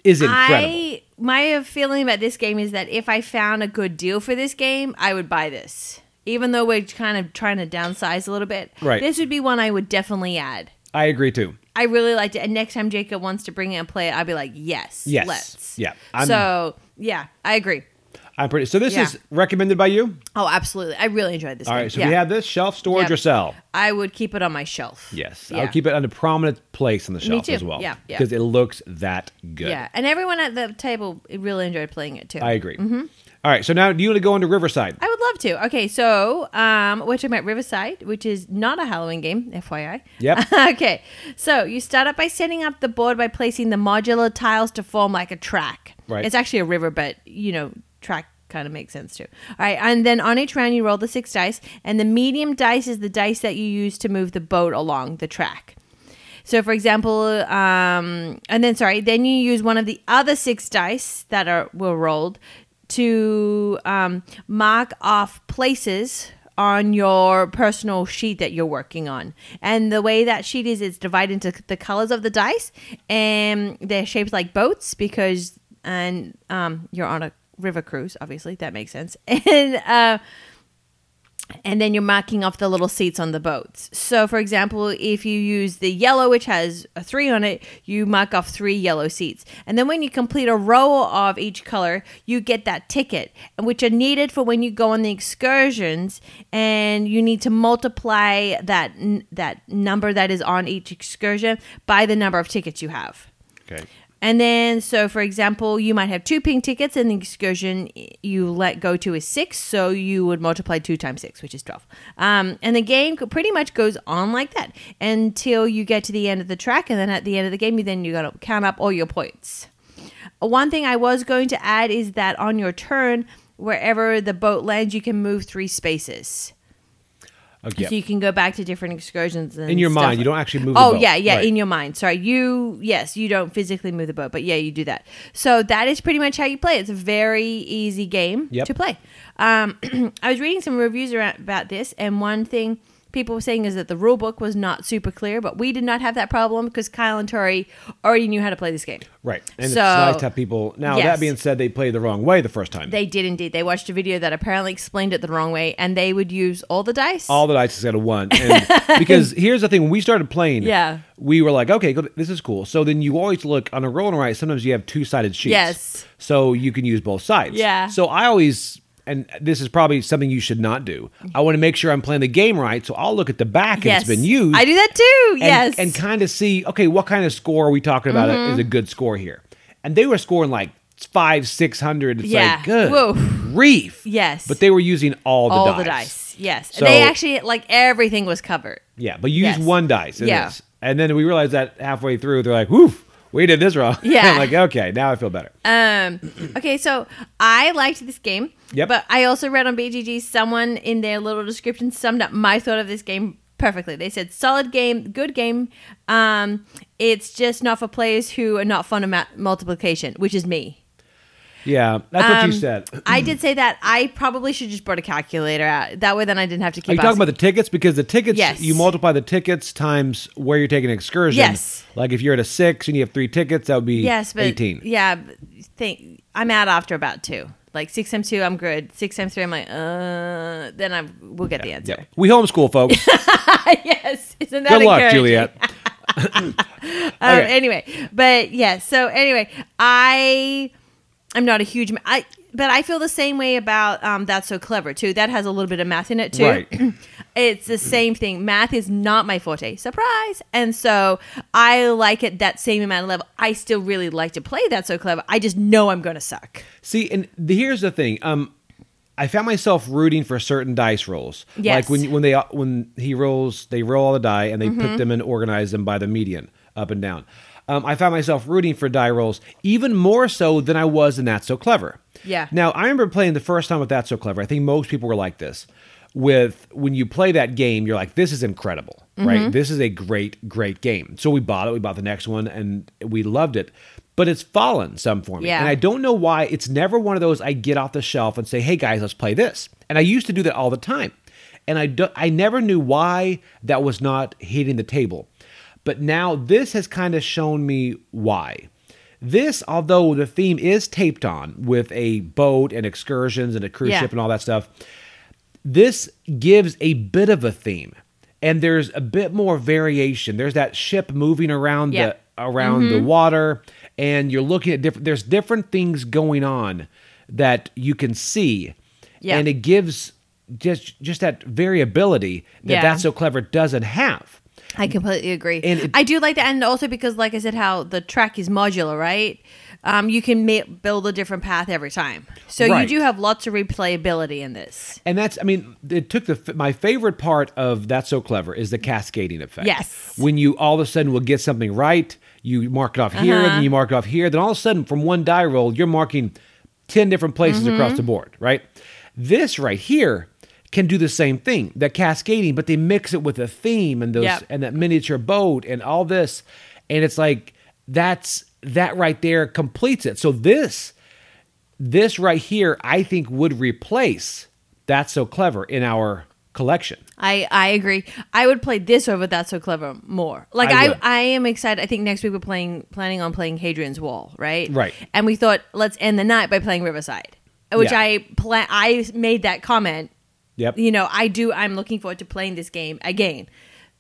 Speaker 1: is incredible.
Speaker 2: I my feeling about this game is that if I found a good deal for this game, I would buy this. Even though we're kind of trying to downsize a little bit,
Speaker 1: Right.
Speaker 2: This would be one I would definitely add.
Speaker 1: I agree too.
Speaker 2: I really liked it, and next time Jacob wants to bring it and play it, I'll be like, yes,
Speaker 1: Yes.
Speaker 2: let's.
Speaker 1: Yeah. I'm-
Speaker 2: so yeah, I agree.
Speaker 1: I'm pretty. So this
Speaker 2: Yeah.
Speaker 1: is recommended by you.
Speaker 2: Oh, absolutely. I really enjoyed this.
Speaker 1: All
Speaker 2: game.
Speaker 1: right. So
Speaker 2: yeah.
Speaker 1: we have this shelf, storage,
Speaker 2: Yep.
Speaker 1: or sell.
Speaker 2: I would keep it on my shelf.
Speaker 1: Yes,
Speaker 2: Yeah.
Speaker 1: I'll keep it on a prominent place on the shelf
Speaker 2: too.
Speaker 1: as well.
Speaker 2: Yeah, yeah.
Speaker 1: because it looks that good.
Speaker 2: Yeah, and everyone at the table really enjoyed playing it too.
Speaker 1: I agree. All right. So now, do you want to go into Riverside?
Speaker 2: I would love to. Okay, so um, we're talking about Riverside, which is not a Halloween game, FYI.
Speaker 1: Yep.
Speaker 2: okay, so you start up by setting up the board by placing the modular tiles to form like a track.
Speaker 1: Right.
Speaker 2: It's actually a river, but you know, track kind of makes sense too. All right, and then on each round you roll the six dice, and the medium dice is the dice that you use to move the boat along the track. So, for example, um, and then sorry, then you use one of the other six dice that are were rolled to um, mark off places on your personal sheet that you're working on. And the way that sheet is, it's divided into the colors of the dice, and they're shaped like boats because, and um, you're on a river cruise, obviously that makes sense, and. Uh, and then you're marking off the little seats on the boats. So, for example, if you use the yellow, which has a three on it, you mark off three yellow seats. And then when you complete a row of each color, you get that ticket, which are needed for when you go on the excursions. And you need to multiply that n- that number that is on each excursion by the number of tickets you have.
Speaker 1: Okay.
Speaker 2: And then, so for example, you might have two pink tickets, and the excursion you let go to is six, so you would multiply two times six, which is 12. Um, and the game co- pretty much goes on like that until you get to the end of the track, and then at the end of the game, you then you gotta count up all your points. One thing I was going to add is that on your turn, wherever the boat lands, you can move three spaces.
Speaker 1: Okay.
Speaker 2: So you can go back to different excursions. And
Speaker 1: Oh, In your
Speaker 2: stuff
Speaker 1: mind, you
Speaker 2: like-
Speaker 1: don't actually move the
Speaker 2: Oh
Speaker 1: boat.
Speaker 2: yeah, yeah,
Speaker 1: Right.
Speaker 2: in your mind. Sorry, you yes, you don't physically move the boat, but yeah, you do that. So that is pretty much how you play. It's a very easy game
Speaker 1: Yep.
Speaker 2: to play. Um, I was reading some reviews around, about this, and one thing people were saying is that the rule book was not super clear, but we did not have that problem because Kyle and Tori already knew how to play this game.
Speaker 1: Right. And
Speaker 2: So-
Speaker 1: it's nice to have people. Now,
Speaker 2: Yes.
Speaker 1: that being said, they played the wrong way the first time.
Speaker 2: They did indeed. They watched a video that apparently explained it the wrong way, and they would use all the dice.
Speaker 1: all the dice instead of one. And because here's the thing: when we started playing,
Speaker 2: Yeah.
Speaker 1: we were like, okay, go, this is cool. So then you always look on a roll and right. Sometimes you have two sided sheets.
Speaker 2: Yes.
Speaker 1: So you can use both sides.
Speaker 2: Yeah.
Speaker 1: So I always. And this is probably something you should not do. I want to make sure I'm playing the game right, so I'll look at the back and
Speaker 2: yes,
Speaker 1: it's been used.
Speaker 2: I do that too.
Speaker 1: and,
Speaker 2: yes, Mm-hmm.
Speaker 1: And kind of see, okay, what kind of score are we talking about that is a good score here? And they were scoring like five, six hundred. It's
Speaker 2: Yeah.
Speaker 1: like, good
Speaker 2: Whoa.
Speaker 1: grief.
Speaker 2: Yes.
Speaker 1: But they were using all the
Speaker 2: all
Speaker 1: dice.
Speaker 2: the dice. Yes,
Speaker 1: So-
Speaker 2: they actually like everything was covered.
Speaker 1: Yeah, but you
Speaker 2: Yes.
Speaker 1: use one dice. In
Speaker 2: Yeah.
Speaker 1: This. And then we realized that halfway through, they're like, whoof, we did this wrong.
Speaker 2: Yeah.
Speaker 1: I'm like, okay, now I feel better.
Speaker 2: Um, okay, so I liked this game.
Speaker 1: Yep.
Speaker 2: But I also read on BGG someone in their little description summed up my thought of this game perfectly. They said, "Solid game, good game. Um, it's just not for players who are not fond of ma- multiplication, which is me."
Speaker 1: yeah, that's what
Speaker 2: Um,
Speaker 1: you said. Are
Speaker 2: I did say that. I probably should just brought a calculator out. That way, then I didn't have to keep.
Speaker 1: you talking
Speaker 2: asking.
Speaker 1: about the tickets? Because the tickets,
Speaker 2: Yes.
Speaker 1: you multiply the tickets times where you're taking an excursion.
Speaker 2: Yes.
Speaker 1: Like if you're at a six and you have three tickets, that would be
Speaker 2: Yes, but
Speaker 1: 18.
Speaker 2: Yeah, but think I'm out after about two. Like six times two, I'm good. Six times three, I'm like, uh. Then I we'll get the answer.
Speaker 1: Yep. We homeschool, folks.
Speaker 2: yes, isn't that
Speaker 1: Good luck,
Speaker 2: encouraging?
Speaker 1: Juliet.
Speaker 2: Um,
Speaker 1: Okay.
Speaker 2: Anyway, but yeah. So anyway, I I'm not a huge ma- I, but I feel the same way about um, that's so clever too. That has a little bit of math in it too.
Speaker 1: Right.
Speaker 2: it's the same thing. Math is not my forte. Surprise. And so I like it that same amount of level. I still really like to play that's so clever. I just know I'm going to suck.
Speaker 1: See, and the, here's the thing. Um, I found myself rooting for certain dice rolls.
Speaker 2: Yes.
Speaker 1: Like when when they uh, when he rolls, they roll all the die and they
Speaker 2: Mm-hmm.
Speaker 1: put them and organize them by the median up and down. Um, I found myself rooting for die rolls even more so than I was in That's So Clever.
Speaker 2: Yeah.
Speaker 1: Now I remember playing the first time with That's So Clever. I think most people were like this. With when you play that game, you're like, this is incredible,
Speaker 2: Mm-hmm.
Speaker 1: right? This is a great, great game. So we bought it. We bought the next one, and we loved it. but it's fallen some for me.
Speaker 2: Yeah.
Speaker 1: And I don't know why. It's never one of those I get off the shelf and say, hey guys, let's play this. And I used to do that all the time. And I, do, I never knew why that was not hitting the table. But now this has kind of shown me why. This, although the theme is taped on with a boat and excursions and a cruise
Speaker 2: Yeah.
Speaker 1: ship and all that stuff, this gives a bit of a theme and there's a bit more variation there's that ship moving around
Speaker 2: Yeah.
Speaker 1: the around
Speaker 2: Mm-hmm.
Speaker 1: the water and you're looking at different there's different things going on that you can see
Speaker 2: Yeah.
Speaker 1: and it gives just just that variability that
Speaker 2: Yeah.
Speaker 1: that's so clever doesn't have
Speaker 2: I completely agree.
Speaker 1: And it-
Speaker 2: I do like that, and also because, like I said, how the track is modular, right? Um, you can ma- build a different path every time, so
Speaker 1: Right.
Speaker 2: you do have lots of replayability in this.
Speaker 1: And that's, I mean, it took the, my favorite part of That's So Clever is the cascading effect.
Speaker 2: Yes.
Speaker 1: When you all of a sudden will get something right, you mark it off here,
Speaker 2: Uh-huh.
Speaker 1: then you mark it off here, then all of a sudden from one die roll, you're marking 10 different places
Speaker 2: Mm-hmm.
Speaker 1: across the board, right? This right here can do the same thing, the cascading, but they mix it with a theme and those,
Speaker 2: Yep.
Speaker 1: and that miniature boat and all this. And it's like, that's, that right there completes it. So this, this right here, I think would replace That's So Clever in our collection.
Speaker 2: I I agree. I would play this over That's So Clever more. Like
Speaker 1: I
Speaker 2: I
Speaker 1: would.
Speaker 2: I, am excited. I think next week we're playing planning on playing Hadrian's Wall, right?
Speaker 1: Right.
Speaker 2: And we thought let's end the night by playing Riverside, which
Speaker 1: Yeah.
Speaker 2: I plan. I made that comment.
Speaker 1: Yep.
Speaker 2: You know, I do. I'm looking forward to playing this game again.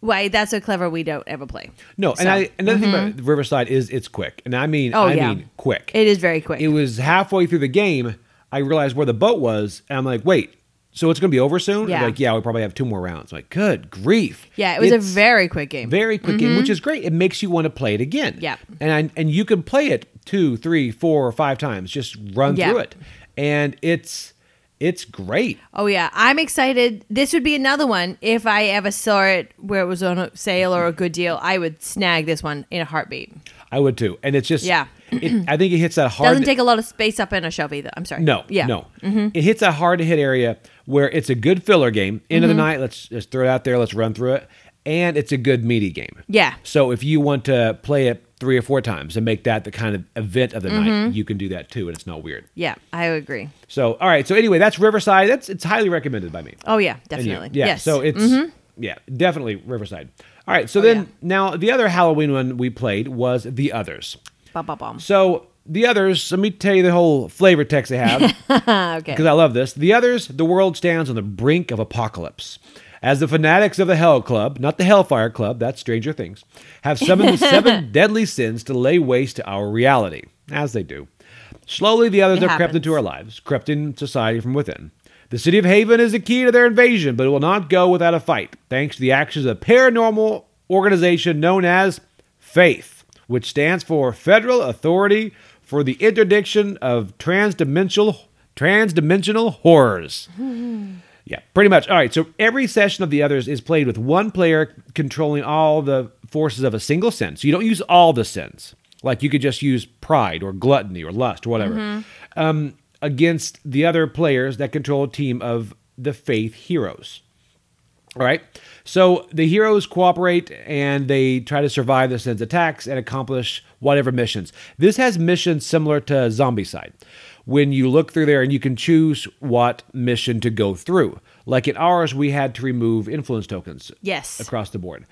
Speaker 2: Why That's So Clever we don't ever play.
Speaker 1: No, and
Speaker 2: So- mm-hmm.
Speaker 1: I another thing about Riverside is it's quick, and I mean
Speaker 2: Oh,
Speaker 1: I
Speaker 2: yeah.
Speaker 1: mean quick.
Speaker 2: It is very quick.
Speaker 1: It was halfway through the game, I realized where the boat was, and I'm like, wait, so it's gonna be over soon?
Speaker 2: Yeah.
Speaker 1: They're Like, yeah, we probably have two more rounds. I'm like, good grief.
Speaker 2: yeah, it was
Speaker 1: It's
Speaker 2: a very Mm-hmm. quick game.
Speaker 1: very quick game, which is great. It makes you want to play it again.
Speaker 2: Yep.
Speaker 1: And I, and you can play it two, three, four, or five times. Just run
Speaker 2: Yeah.
Speaker 1: through it, and it's it's great.
Speaker 2: oh yeah, I'm excited. This would be another one if I ever saw it where it was on a sale or a good deal. I would snag this one in a heartbeat.
Speaker 1: I would too, and it's just
Speaker 2: Yeah.
Speaker 1: It, I think it hits that hard.
Speaker 2: Doesn't take a lot of space up in a shelf either. I'm sorry.
Speaker 1: No,
Speaker 2: Yeah. Mm-hmm.
Speaker 1: no. It hits that hard to hit area where it's a good filler game. End
Speaker 2: Mm-hmm.
Speaker 1: of the night, let's just throw it out there. Let's run through it, and it's a good meaty game.
Speaker 2: Yeah.
Speaker 1: So if you want to play it three or four times and make that the kind of event of the
Speaker 2: Mm-hmm.
Speaker 1: night, you can do that too, and it's not weird.
Speaker 2: Yeah, I agree.
Speaker 1: So all right. So anyway, that's Riverside. That's it's highly recommended by me.
Speaker 2: Oh yeah,
Speaker 1: And you.
Speaker 2: definitely.
Speaker 1: Yeah.
Speaker 2: Yes. Mm-hmm.
Speaker 1: So it's yeah, definitely Riverside. All right. So
Speaker 2: Oh,
Speaker 1: then
Speaker 2: yeah.
Speaker 1: now the other Halloween one we played was The Others.
Speaker 2: Bum, bum, bum.
Speaker 1: So the others, let me tell you the whole flavor text they have.
Speaker 2: Ah, okay.
Speaker 1: because I love this. The others, the world stands on the brink of apocalypse. As the fanatics of the Hell Club, not the Hellfire Club, that's Stranger Things, have summoned seven deadly sins to lay waste to our reality, as they do. Slowly, the others
Speaker 2: It
Speaker 1: have crept
Speaker 2: happens.
Speaker 1: into our lives, crept in society from within. The city of Haven is the key to their invasion, but it will not go without a fight, thanks to the actions of a paranormal organization known as FAITH, which stands for Federal Authority for the Interdiction of Transdimensional Transdimensional Horrors. Yeah, pretty much. All right, so every session of the others is played with one player controlling all the forces of a single sin. So you don't use all the sins. Like you could just use pride or gluttony or lust or whatever um, against the other players that control a team of the faith heroes. All right. So the heroes cooperate and they try to survive the sin's attacks and accomplish whatever missions. This has missions similar to Zombie Side. When you look through there and you can choose what mission to go through. Like in ours, we had to remove influence tokens
Speaker 2: Yes.
Speaker 1: across the board.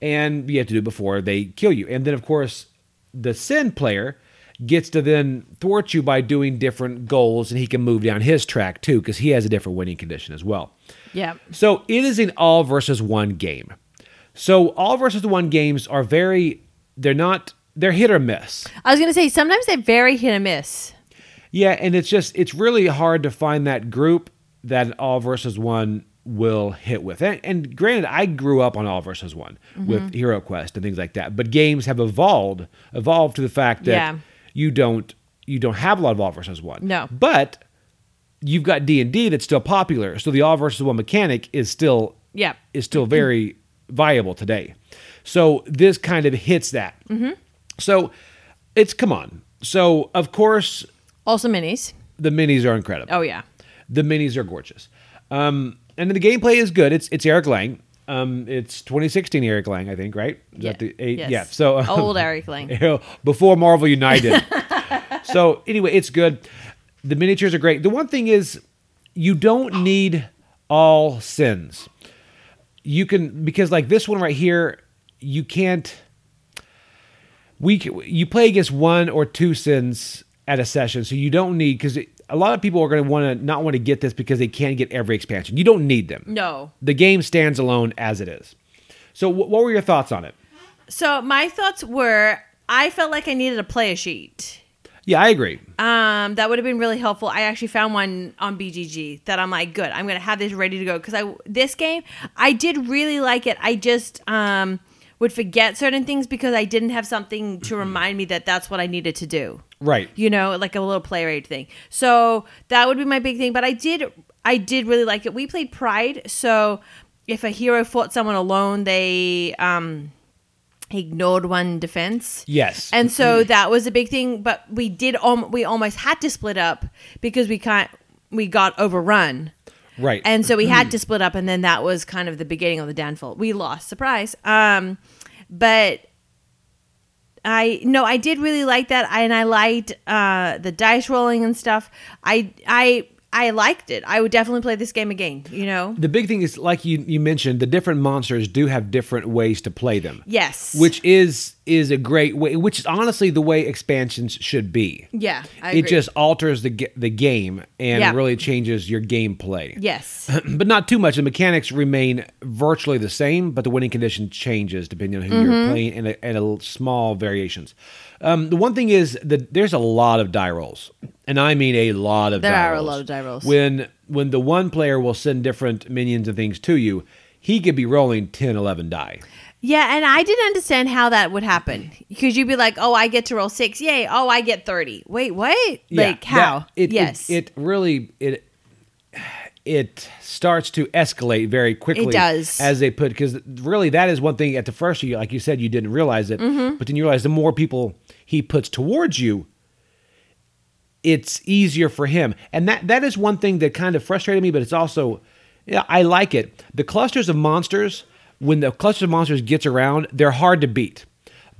Speaker 1: And you have to do it before they kill you. And then, of course, the sin player gets to then thwart you by doing different goals and he can move down his track too because he has a different winning condition as well.
Speaker 2: yeah.
Speaker 1: So it is an all versus one game. So all versus one games are very they're not they're hit or miss.
Speaker 2: I was gonna say sometimes they're very hit and miss.
Speaker 1: Yeah, and it's just it's really hard to find that group that an all versus one will hit with. And, and granted, I grew up on all versus one
Speaker 2: Mm-hmm.
Speaker 1: with Hero Quest and things like that. But games have evolved evolved to the fact that
Speaker 2: Yeah.
Speaker 1: you don't you don't have a lot of all versus one.
Speaker 2: No.
Speaker 1: But you've got D and D that's still popular, so the all versus one mechanic is still
Speaker 2: Yeah.
Speaker 1: is still very viable today. So this kind of hits that.
Speaker 2: Mm-hmm.
Speaker 1: So it's come on. So of course
Speaker 2: Also minis.
Speaker 1: the minis are incredible.
Speaker 2: Oh yeah.
Speaker 1: The minis are gorgeous. Um, and the gameplay is good. It's it's Eric Lang Um, it's 2016 Eric Lang, I think, right? Is that the eight?
Speaker 2: Yes.
Speaker 1: Yeah. So um,
Speaker 2: old Eric Lang.
Speaker 1: before Marvel United. so anyway, it's good. The miniatures are great. The one thing is, you don't need all sins. You can because like this one right here, you can't. We c- you play against one or two sins at a session, so you don't need because a lot of people are going to want to not want to get this because they can't get every expansion. You don't need them.
Speaker 2: No.
Speaker 1: The game stands alone as it is. So wh- what were your thoughts on it?
Speaker 2: So my thoughts were I felt like I needed a player sheet.
Speaker 1: Yeah, I agree.
Speaker 2: Um, that would have been really helpful. I actually found one on BGG that I'm like, good. I'm gonna have this ready to go because I this game I did really like it. I just um would forget certain things because I didn't have something to remind me that that's what I needed to do.
Speaker 1: Right.
Speaker 2: You know, like a little play rate thing. So that would be my big thing. But I did, I did really like it. We played Pride, so if a hero fought someone alone, they um ignored one defense.
Speaker 1: Yes.
Speaker 2: And so
Speaker 1: Mm-hmm.
Speaker 2: that was a big thing, but we did um, we almost had to split up because we can't we got overrun.
Speaker 1: right.
Speaker 2: And so we had to split up and then that was kind of the beginning of the downfall. We lost, surprise. Um but I no, I did really like that I, and I liked uh the dice rolling and stuff. I I I liked it. I would definitely play this game again, you know.
Speaker 1: the big thing is like you you mentioned the different monsters do have different ways to play them.
Speaker 2: Yes.
Speaker 1: Which is is a great way which is honestly the way expansions should be.
Speaker 2: Yeah, I
Speaker 1: it
Speaker 2: agree.
Speaker 1: just alters the ga- the game and
Speaker 2: Yeah.
Speaker 1: really changes your gameplay.
Speaker 2: Yes.
Speaker 1: but not too much. The mechanics remain virtually the same, but the winning condition changes depending on who
Speaker 2: Mm-hmm.
Speaker 1: you're playing and a, and a l- small variations. Um, the one thing is that there's a lot of die rolls, and I mean a lot of
Speaker 2: There
Speaker 1: die
Speaker 2: are a
Speaker 1: rolls.
Speaker 2: lot of die rolls.
Speaker 1: When when the one player will send different minions and things to you, he could be rolling 10, 11 die.
Speaker 2: Yeah, and I didn't understand how that would happen because you'd be like, "Oh, I get to roll six, yay! Oh, I get thirty. Wait, what?
Speaker 1: Yeah,
Speaker 2: like how?
Speaker 1: that- it, it-
Speaker 2: yes,
Speaker 1: it, really it it starts to escalate very quickly.
Speaker 2: does.
Speaker 1: as they put because really that is one thing. At the first, you like you said, you didn't realize it,
Speaker 2: Mm-hmm.
Speaker 1: but then you realize the more people he puts towards you, it's easier for him, and that that is one thing that kind of frustrated me. But it's also, yeah, I like it. The clusters of monsters when the cluster of monsters gets around, they're hard to beat.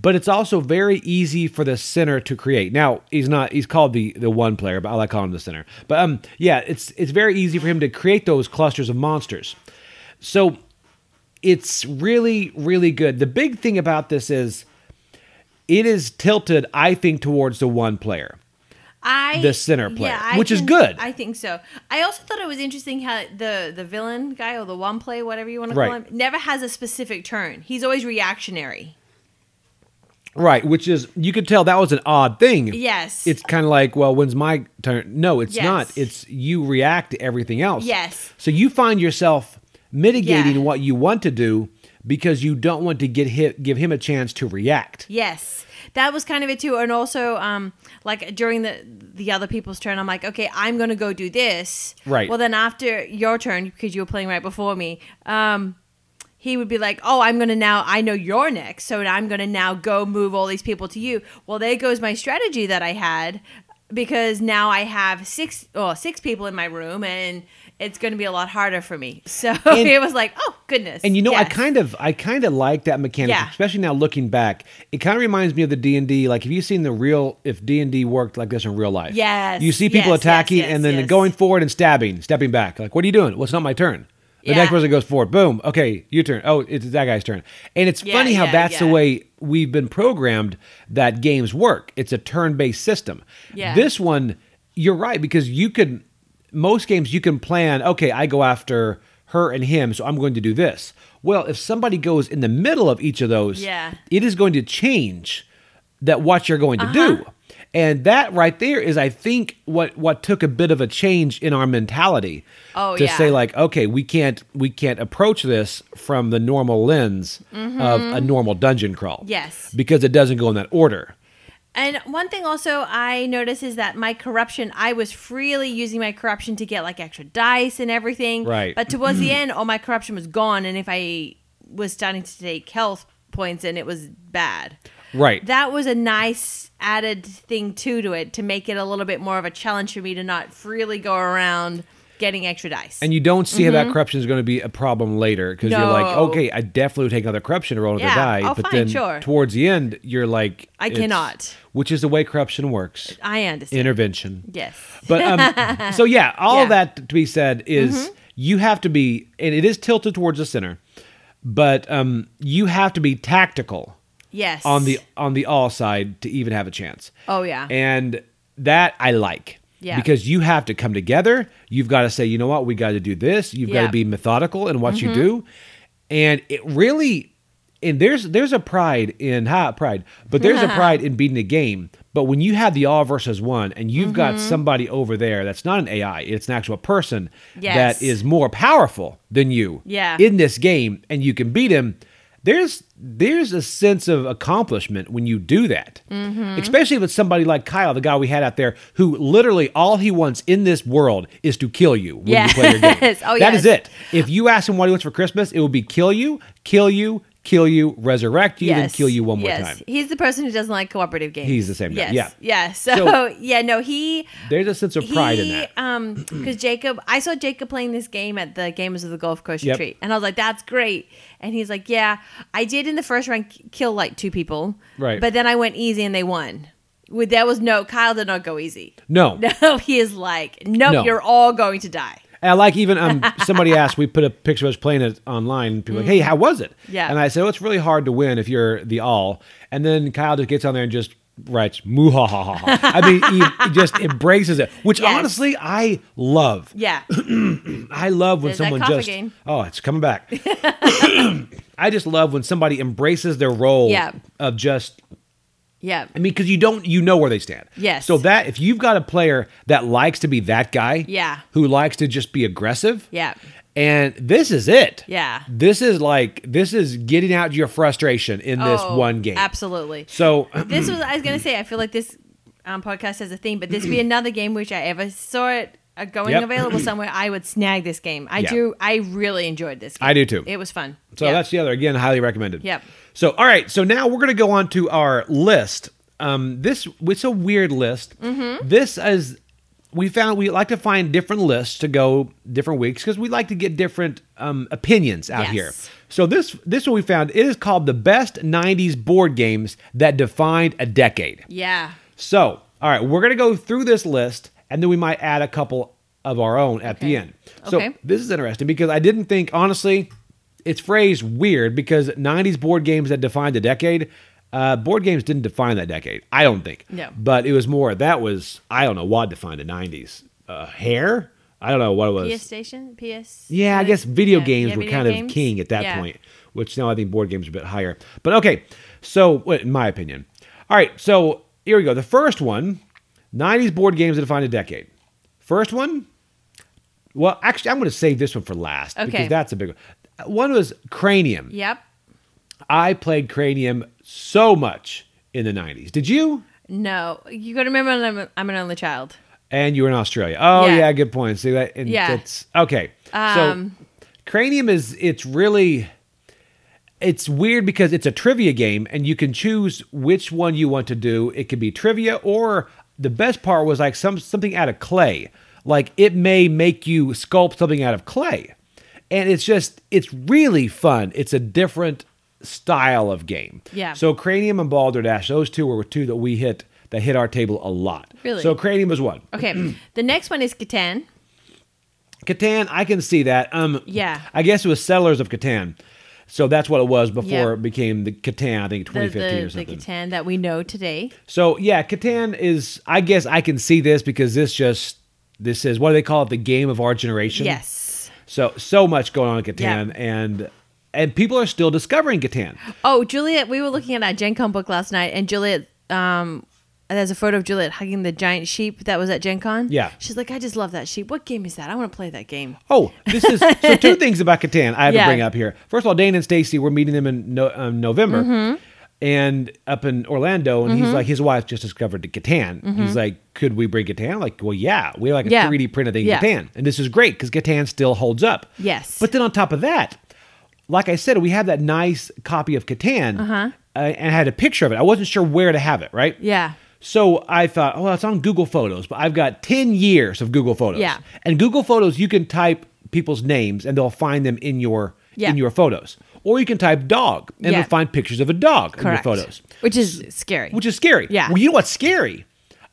Speaker 1: But it's also very easy for the center to create. Now he's not he's called the the one player, but I like calling him the center. But um yeah, it's it's very easy for him to create those clusters of monsters. So it's really, really good. The big thing about this is it is tilted, I think, towards the one player.
Speaker 2: I
Speaker 1: the center player, which is
Speaker 2: can-
Speaker 1: good.
Speaker 2: I think so. I also thought it was interesting how the the villain guy or the one play, whatever you want to call
Speaker 1: Right.
Speaker 2: him, never has a specific turn. He's always reactionary.
Speaker 1: Right, which is you could tell that was an odd thing.
Speaker 2: Yes.
Speaker 1: It's kind of like, well, when's my turn? No, it's
Speaker 2: Yes.
Speaker 1: not. It's you react to everything else.
Speaker 2: Yes.
Speaker 1: So you find yourself mitigating
Speaker 2: Yeah.
Speaker 1: what you want to do because you don't want to get hit, give him a chance to react.
Speaker 2: Yes, that was kind of it too. And also, um, like during the the other people's turn, I'm like, okay, I'm gonna go do this.
Speaker 1: Right.
Speaker 2: Well, then after your turn, because you were playing right before me, um, he would be like, oh, I'm gonna now. I know you're next, so I'm gonna now go move all these people to you. Well, there goes my strategy that I had because now I have six or six people in my room and. It's going to be a lot harder for me. So it was like, oh goodness.
Speaker 1: And you know, I
Speaker 2: Yes.
Speaker 1: kind of, I kind of like that mechanic,
Speaker 2: Yeah.
Speaker 1: especially now looking back. It kind of reminds me of the D and D. Like, have you seen the real? If D and D worked like this in real life,
Speaker 2: Yes,
Speaker 1: you see people
Speaker 2: yes, yes,
Speaker 1: attacking
Speaker 2: yes,
Speaker 1: and then
Speaker 2: yes.
Speaker 1: going forward and stabbing, stepping back. Like, what are you doing? Well, it's not my turn. The
Speaker 2: Yeah.
Speaker 1: next person goes forward. Boom. Okay, your turn. Oh, it's that guy's turn. And it's
Speaker 2: Yeah,
Speaker 1: funny how
Speaker 2: yeah,
Speaker 1: that's the
Speaker 2: yeah.
Speaker 1: way we've been programmed that games work. It's a turn-based system.
Speaker 2: Yeah.
Speaker 1: This one, you're right because you could most games you can plan, okay, I go after her and him, so I'm going to do this. Well, if somebody goes in the middle of each of those,
Speaker 2: Yeah.
Speaker 1: it is going to change that what you're going to
Speaker 2: Uh-huh.
Speaker 1: do. And that right there is I think what what took a bit of a change in our mentality
Speaker 2: Oh,
Speaker 1: to
Speaker 2: yeah.
Speaker 1: say like okay we can't we can't approach this from the normal lens of a normal dungeon crawl
Speaker 2: Yes.
Speaker 1: because it doesn't go in that order
Speaker 2: And one thing also I notice is that my corruption, I was freely using my corruption to get like extra dice and everything.
Speaker 1: Right.
Speaker 2: But towards the end, all my corruption was gone. And if I was starting to take health points and it was bad.
Speaker 1: right
Speaker 2: That was a nice added thing too to it to make it a little bit more of a challenge for me to not freely go around getting extra dice.
Speaker 1: And you don't see how that corruption is going to be a problem later because you're like,
Speaker 2: Mm-hmm. No.
Speaker 1: okay, I definitely would take another corruption to roll another die.
Speaker 2: Yeah, oh,
Speaker 1: but
Speaker 2: fine,
Speaker 1: then
Speaker 2: sure.
Speaker 1: towards the end, you're like,
Speaker 2: I
Speaker 1: it's-
Speaker 2: cannot.
Speaker 1: Which is the way corruption works
Speaker 2: I understand.
Speaker 1: intervention.
Speaker 2: yes.
Speaker 1: But um, so, yeah, all
Speaker 2: Yeah. Mm-hmm.
Speaker 1: of that to be said is you have to be, and it is tilted towards the center, but um, you have to be tactical
Speaker 2: Yes.
Speaker 1: on the on the all side to even have a chance.
Speaker 2: Oh, yeah.
Speaker 1: And that I like.
Speaker 2: Yeah.
Speaker 1: Because you have to come together. You've got to say, you know what, we got to do this. You've got
Speaker 2: Yeah. Mm-hmm.
Speaker 1: to be methodical in what you do. And it really and there's there's a pride in ha pride, but there's a pride in beating a game. But when you have the all versus one and you've got
Speaker 2: Mm-hmm.
Speaker 1: somebody over there that's not an AI, it's an actual person
Speaker 2: Yes.
Speaker 1: that is more powerful than you
Speaker 2: Yeah.
Speaker 1: in this game and you can beat him there's there's a sense of accomplishment when you do that
Speaker 2: Mm-hmm.
Speaker 1: especially if it's somebody like kyle the guy we had out there who literally all he wants in this world is to kill you when you play your game
Speaker 2: Yes. Oh,
Speaker 1: that is
Speaker 2: yes.
Speaker 1: it if you ask him what he wants for christmas it will be kill you kill you kill you resurrect you then
Speaker 2: yes.
Speaker 1: kill you one more
Speaker 2: yes.
Speaker 1: time
Speaker 2: He's the person who doesn't like cooperative games.
Speaker 1: He's the same guy.
Speaker 2: Yes.
Speaker 1: Yeah.
Speaker 2: Yeah. So,
Speaker 1: So-
Speaker 2: yeah, no, he
Speaker 1: there's a sense of pride in
Speaker 2: he,
Speaker 1: that
Speaker 2: Um, because Jacob, I saw Jacob playing this game at the Gamers of the Gulf Coast
Speaker 1: Yep.
Speaker 2: retreat, and I was like, "That's great." And he's like, "Yeah, I did in the first round k- kill like two people,
Speaker 1: Right.
Speaker 2: But then I went easy and they won. With there was no Kyle did not go easy.
Speaker 1: no
Speaker 2: No, he is like, nope,
Speaker 1: No.
Speaker 2: you're all going to die.
Speaker 1: And I like even um, somebody asked, we put a picture of us playing it online. And people are like, hey, how was it?
Speaker 2: Mm-hmm. Yeah.
Speaker 1: And I said, well, it's really hard to win if you're the all. And then Kyle just gets on there and just writes, moo ha ha ha ha. I mean, he, he just embraces it, which
Speaker 2: Yes.
Speaker 1: honestly, I love.
Speaker 2: Yeah,
Speaker 1: I love when
Speaker 2: There's that
Speaker 1: someone
Speaker 2: cough
Speaker 1: just,
Speaker 2: again.
Speaker 1: oh, it's coming back. I just love when somebody embraces their role
Speaker 2: Yeah.
Speaker 1: of just
Speaker 2: yeah,
Speaker 1: I mean, because you don't, you know where they stand.
Speaker 2: Yes.
Speaker 1: So that if you've got a player that likes to be that guy,
Speaker 2: Yeah.
Speaker 1: who likes to just be aggressive,
Speaker 2: Yeah.
Speaker 1: and this is it.
Speaker 2: Yeah.
Speaker 1: This is like this is getting out your frustration in this
Speaker 2: Oh,
Speaker 1: one game.
Speaker 2: Absolutely.
Speaker 1: So
Speaker 2: this was I was gonna say I feel like this um, podcast has a theme, but this be another game which I ever saw it uh, going
Speaker 1: Yep.
Speaker 2: available somewhere. I would snag this game. I
Speaker 1: Yeah.
Speaker 2: do. I really enjoyed this. game.
Speaker 1: I do too.
Speaker 2: It was fun.
Speaker 1: So
Speaker 2: Yeah.
Speaker 1: that's the other again, highly recommended.
Speaker 2: Yep.
Speaker 1: So all right, so now we're gonna go on to our list. Um, this it's a weird list.
Speaker 2: Mm-hmm.
Speaker 1: This is we found we like to find different lists to go different weeks because we like to get different um, opinions out
Speaker 2: Yes.
Speaker 1: here. So this this one we found it is called the best '90s board games that defined a decade.
Speaker 2: yeah.
Speaker 1: So, all right, we're going to go through this list and then we might add a couple of our own at the
Speaker 2: Okay.
Speaker 1: end. So,
Speaker 2: Okay.
Speaker 1: this is interesting because I didn't think, honestly, it's phrased weird because 90s board games that defined the decade, uh, board games didn't define that decade, I don't think.
Speaker 2: No.
Speaker 1: But it was more, that was, I don't know what defined the 90s. Uh, hair? I don't know what it was.
Speaker 2: PS Station. PS.
Speaker 1: Yeah, I guess video games
Speaker 2: Yeah,
Speaker 1: were
Speaker 2: video
Speaker 1: kind
Speaker 2: games.
Speaker 1: of king at that
Speaker 2: Yeah.
Speaker 1: point, which now I think board games are a bit higher. But okay, so well, in my opinion. All right, so here we go. The first one 90s board games that define a decade. First one, well, actually, I'm going to save this one for last
Speaker 2: Okay.
Speaker 1: because that's a big one. One was Cranium.
Speaker 2: Yep.
Speaker 1: I played Cranium so much in the 90s. Did you?
Speaker 2: No, you gotta remember I'm, a- I'm an only child.
Speaker 1: And you were in Australia. Oh yeah,
Speaker 2: Yeah.
Speaker 1: good point. See that? And
Speaker 2: Yeah.
Speaker 1: That's, okay.
Speaker 2: Um,
Speaker 1: so cranium is it's really it's weird because it's a trivia game and you can choose which one you want to do. It could be trivia or the best part was like some something out of clay. Like it may make you sculpt something out of clay. And it's just it's really fun. It's a different style of game.
Speaker 2: Yeah.
Speaker 1: So Cranium and Balderdash, those two were two that we hit that hit our table a lot.
Speaker 2: Really?
Speaker 1: So Cranium was one.
Speaker 2: Okay. the next one is Catan.
Speaker 1: Catan, I can see that. Um,
Speaker 2: Yeah.
Speaker 1: I guess it was Settlers of Catan, so that's what it was before
Speaker 2: Yeah.
Speaker 1: it became the Catan. I think
Speaker 2: The,
Speaker 1: 2015 or
Speaker 2: the, the
Speaker 1: something.
Speaker 2: Catan that we know today.
Speaker 1: so yeah, Catan is. I guess I can see this because this just this is what do they call it? The game of our generation.
Speaker 2: Yes.
Speaker 1: So so much going on in Catan,
Speaker 2: Yeah.
Speaker 1: and and people are still discovering Catan.
Speaker 2: Oh, Juliet, we were looking at our Gen Con book last night, and Juliet, um, there's a photo of Juliet hugging the giant sheep that was at Gen Con.
Speaker 1: Yeah.
Speaker 2: She's like, I just love that sheep. What game is that? I want to play that game.
Speaker 1: Oh, this is so. Two things about Catan I have to
Speaker 2: Yeah.
Speaker 1: bring up here. First of all, Dane and Stacy, we're meeting them in no, um, November,
Speaker 2: Mm-hmm.
Speaker 1: and up in Orlando, and he's like, his wife just discovered the Catan. He's like, could we bring Catan? I'm like, well, yeah, we have like a
Speaker 2: Mm-hmm. Yeah.
Speaker 1: 3D printed thing, in
Speaker 2: Yeah.
Speaker 1: Catan, and this is great because Catan still holds up.
Speaker 2: Yes.
Speaker 1: But then on top of that, like I said, we had
Speaker 2: Uh-huh.
Speaker 1: that nice copy of Catan, uh and I had a picture of it. I wasn't sure where to have it, right?
Speaker 2: Yeah.
Speaker 1: So I thought, oh, it's on Google Photos, but I've got 10 years of Google Photos.
Speaker 2: Yeah.
Speaker 1: And Google Photos, you can type people's names and they'll find them in your
Speaker 2: Yeah.
Speaker 1: in your photos. Or you can type dog and
Speaker 2: Yeah.
Speaker 1: they'll find pictures of a dog
Speaker 2: Correct.
Speaker 1: in your photos.
Speaker 2: Which is scary.
Speaker 1: Which is scary.
Speaker 2: Yeah.
Speaker 1: Well, you know what's scary?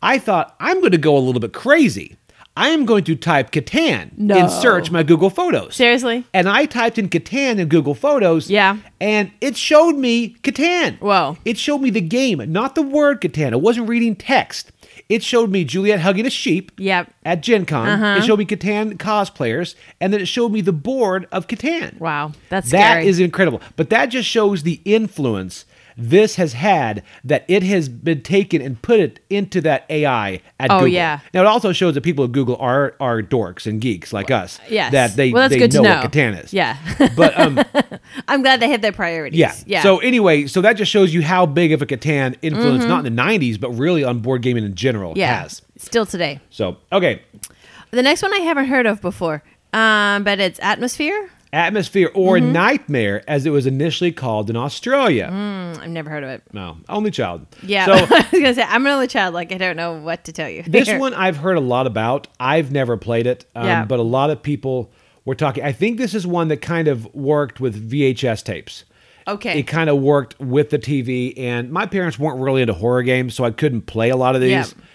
Speaker 1: I thought I'm going to go a little bit crazy. I am going to type Catan
Speaker 2: No.
Speaker 1: in search my Google Photos.
Speaker 2: Seriously?
Speaker 1: And I typed in Catan in Google Photos.
Speaker 2: Yeah.
Speaker 1: And it showed me Catan.
Speaker 2: Whoa.
Speaker 1: It showed me the game, not the word Catan. I wasn't reading text. It showed me Juliet hugging a sheep
Speaker 2: Yep. Uh-huh.
Speaker 1: at Gen Con. It showed me Catan cosplayers. And then it showed me the board of Catan.
Speaker 2: Wow. That's
Speaker 1: That
Speaker 2: scary.
Speaker 1: is incredible. But that just shows the influence this has had that it has been taken and put it into that AI at
Speaker 2: Oh,
Speaker 1: Google.
Speaker 2: yeah.
Speaker 1: Now it also shows that people at Google are are dorks and geeks like us.
Speaker 2: Yes.
Speaker 1: That they,
Speaker 2: well, that's
Speaker 1: they
Speaker 2: good
Speaker 1: know,
Speaker 2: to know
Speaker 1: what Catan is.
Speaker 2: Yeah.
Speaker 1: But um
Speaker 2: I'm glad they hit their priorities.
Speaker 1: yeah.
Speaker 2: Yeah.
Speaker 1: So anyway, so that just shows you how big of a Catan influence, not in the nineties, but really on board gaming in general
Speaker 2: Mm-hmm. yeah.
Speaker 1: has.
Speaker 2: Still today.
Speaker 1: So okay.
Speaker 2: The next one I haven't heard of before, um, but it's Atmosphere.
Speaker 1: Atmosphere or Nightmare, as it was initially called in Australia.
Speaker 2: Mm-hmm. Mm, I've never heard of it.
Speaker 1: No, only child.
Speaker 2: Yeah.
Speaker 1: So
Speaker 2: I was gonna say I'm an only child. Like I don't know what to tell you.
Speaker 1: This one I've heard a lot about. I've never played it, um,
Speaker 2: Yeah.
Speaker 1: but a lot of people were talking. I think this is one that kind of worked with VHS tapes.
Speaker 2: Okay.
Speaker 1: It kind of worked with the TV, and my parents weren't really into horror games, so I couldn't play a lot of these.
Speaker 2: Yeah.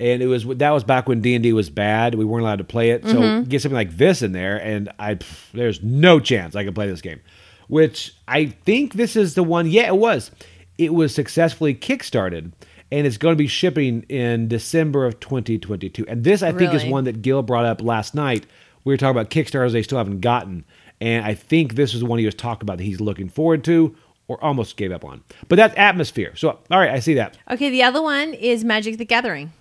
Speaker 1: And it was that was back when D and D was bad. We weren't allowed to play it, so
Speaker 2: Mm-hmm.
Speaker 1: get something like this in there, and I pff, there's no chance I could play this game. Which I think this is the one. Yeah, it was. It was successfully kickstarted, and it's going to be shipping in December of 2022. And this I think is
Speaker 2: Really?
Speaker 1: one that Gil brought up last night. We were talking about Kickstarters they still haven't gotten, and I think this is one he was talking about that he's looking forward to or almost gave up on. But that's atmosphere. So all right, I see that.
Speaker 2: Okay. The other one is Magic the Gathering.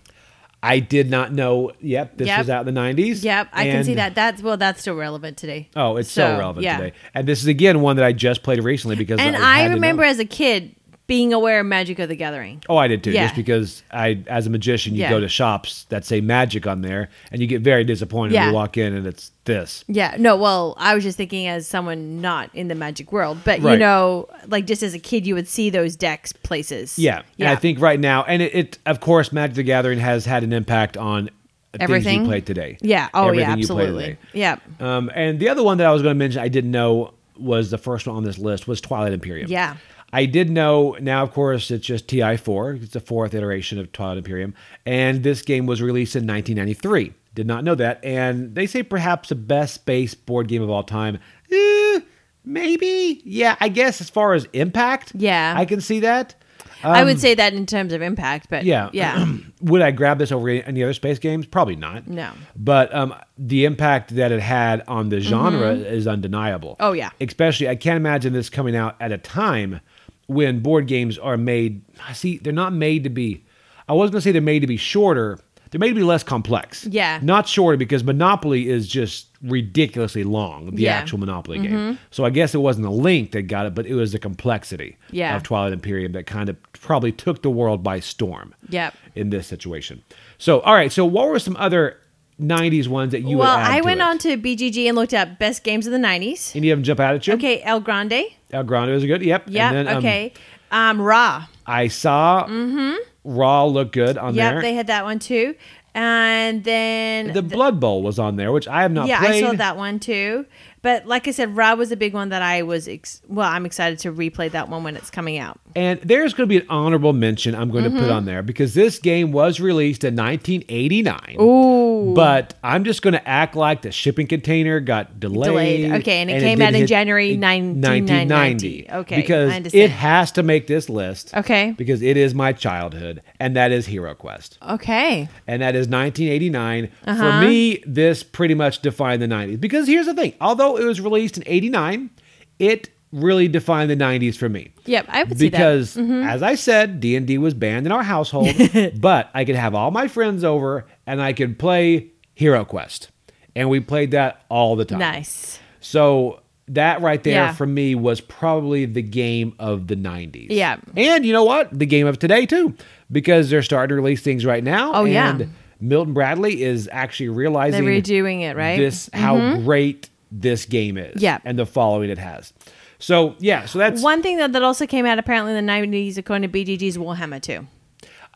Speaker 1: I did not know. Yep, this
Speaker 2: Yep.
Speaker 1: was out in the 90s.
Speaker 2: Yep. I can see
Speaker 1: and-
Speaker 2: that. That's well. That's still relevant today.
Speaker 1: Oh, it's so, relevant
Speaker 2: yeah.
Speaker 1: today. And this is again one that I just played recently because
Speaker 2: And
Speaker 1: had
Speaker 2: I
Speaker 1: to know.
Speaker 2: remember as a kid being aware of Magic of the Gathering.
Speaker 1: Oh, I did too.
Speaker 2: Yeah.
Speaker 1: Just because I, as a magician, you
Speaker 2: Yeah.
Speaker 1: go to shops that say magic on there, and you get very disappointed when
Speaker 2: Yeah.
Speaker 1: you walk in and it's this.
Speaker 2: Yeah. No, well, I was just thinking as someone not in the magic world, but you
Speaker 1: Right.
Speaker 2: know, like just as a kid, you would see those decks places.
Speaker 1: Yeah.
Speaker 2: Yeah.
Speaker 1: And I think right now, and it, it of course, Magic the Gathering has had an impact on things
Speaker 2: Everything.
Speaker 1: you play today.
Speaker 2: Yeah. Oh,
Speaker 1: Everything
Speaker 2: yeah.
Speaker 1: you play
Speaker 2: Absolutely.
Speaker 1: today.
Speaker 2: Yeah.
Speaker 1: Um, and the other one that I was going to mention, I didn't know was the first one on this list was Twilight Imperium.
Speaker 2: Yeah.
Speaker 1: I did know. Now, of course, it's just TI4. It's the fourth iteration of Twilight Imperium, and this game was released in 1993. Did not know that, and they say perhaps the best base board game of all time. Eh, maybe, yeah. I guess as far as impact,
Speaker 2: Yeah.
Speaker 1: I can see that.
Speaker 2: I would say that in terms of impact, but
Speaker 1: Um, Yeah.
Speaker 2: Yeah.
Speaker 1: Would I grab this over any other space games? Probably not.
Speaker 2: No.
Speaker 1: But um, the impact that it had on the genre is undeniable.
Speaker 2: Mm-hmm. Oh, yeah.
Speaker 1: Especially, I can't imagine this coming out at a time when board games are made. See, they're not made to be. I was going to say they're made to be shorter. They're made to be less complex.
Speaker 2: Yeah.
Speaker 1: Not shorter because Monopoly is just ridiculously long, the
Speaker 2: Yeah. Mm-hmm.
Speaker 1: actual Monopoly game. So I guess it wasn't the length that got it, but it was the complexity
Speaker 2: Yeah.
Speaker 1: of Twilight Imperium that kind of probably took the world by storm
Speaker 2: Yep.
Speaker 1: in this situation. So, all right. So, what were some other '90s ones that you?
Speaker 2: well,
Speaker 1: would add
Speaker 2: I
Speaker 1: to
Speaker 2: went
Speaker 1: it?
Speaker 2: on to BGG and looked up best games of the 90s.
Speaker 1: Any of them jump out at you?
Speaker 2: Okay. El Grande.
Speaker 1: El Grande was good. Yep. And
Speaker 2: Yeah.
Speaker 1: then, um,
Speaker 2: okay. Um, Raw.
Speaker 1: I saw Raw look good on
Speaker 2: Yep.
Speaker 1: there.
Speaker 2: They had that one too. And then
Speaker 1: the Blood Bowl was on there, which I have not
Speaker 2: yeah,
Speaker 1: played.
Speaker 2: I saw that one too. But like I said, Ra was a big one that I was ex- well. I'm excited to replay that one when it's coming out.
Speaker 1: And there's going to be an honorable mention I'm going to
Speaker 2: Mm-hmm.
Speaker 1: put on there because this game was released in 1989. Ooh. But I'm just going to act like the shipping container got delayed.
Speaker 2: Delayed. Okay, and it came
Speaker 1: didn't
Speaker 2: out in
Speaker 1: hit
Speaker 2: January
Speaker 1: in
Speaker 2: 1990. Okay, I
Speaker 1: Because
Speaker 2: understand.
Speaker 1: it has to make this list.
Speaker 2: Okay.
Speaker 1: Because it is my childhood, and that is Hero Quest.
Speaker 2: Okay.
Speaker 1: And that is 1989.
Speaker 2: Uh-huh.
Speaker 1: For me, this pretty much defined the 90s. Because here's the thing although it was released in 89, it really defined the 90s for me
Speaker 2: Yep, I would see that. Mm-hmm.
Speaker 1: because as i said d&d was banned in our household but i could have all my friends over and i could play hero quest and we played that all the time
Speaker 2: Nice.
Speaker 1: so that right there
Speaker 2: Yeah.
Speaker 1: for me was probably the game of the 90s
Speaker 2: Yeah.
Speaker 1: and you know what the game of today too because they're starting to release things right now
Speaker 2: Oh,
Speaker 1: and
Speaker 2: yeah.
Speaker 1: milton bradley is actually
Speaker 2: They're
Speaker 1: realizing
Speaker 2: redoing it, right? Mm-hmm.
Speaker 1: this how great this game is
Speaker 2: Yeah.
Speaker 1: and the following it has so yeah so that's
Speaker 2: one thing that, that also came out apparently in the 90s, according to BGG's Warhammer 2.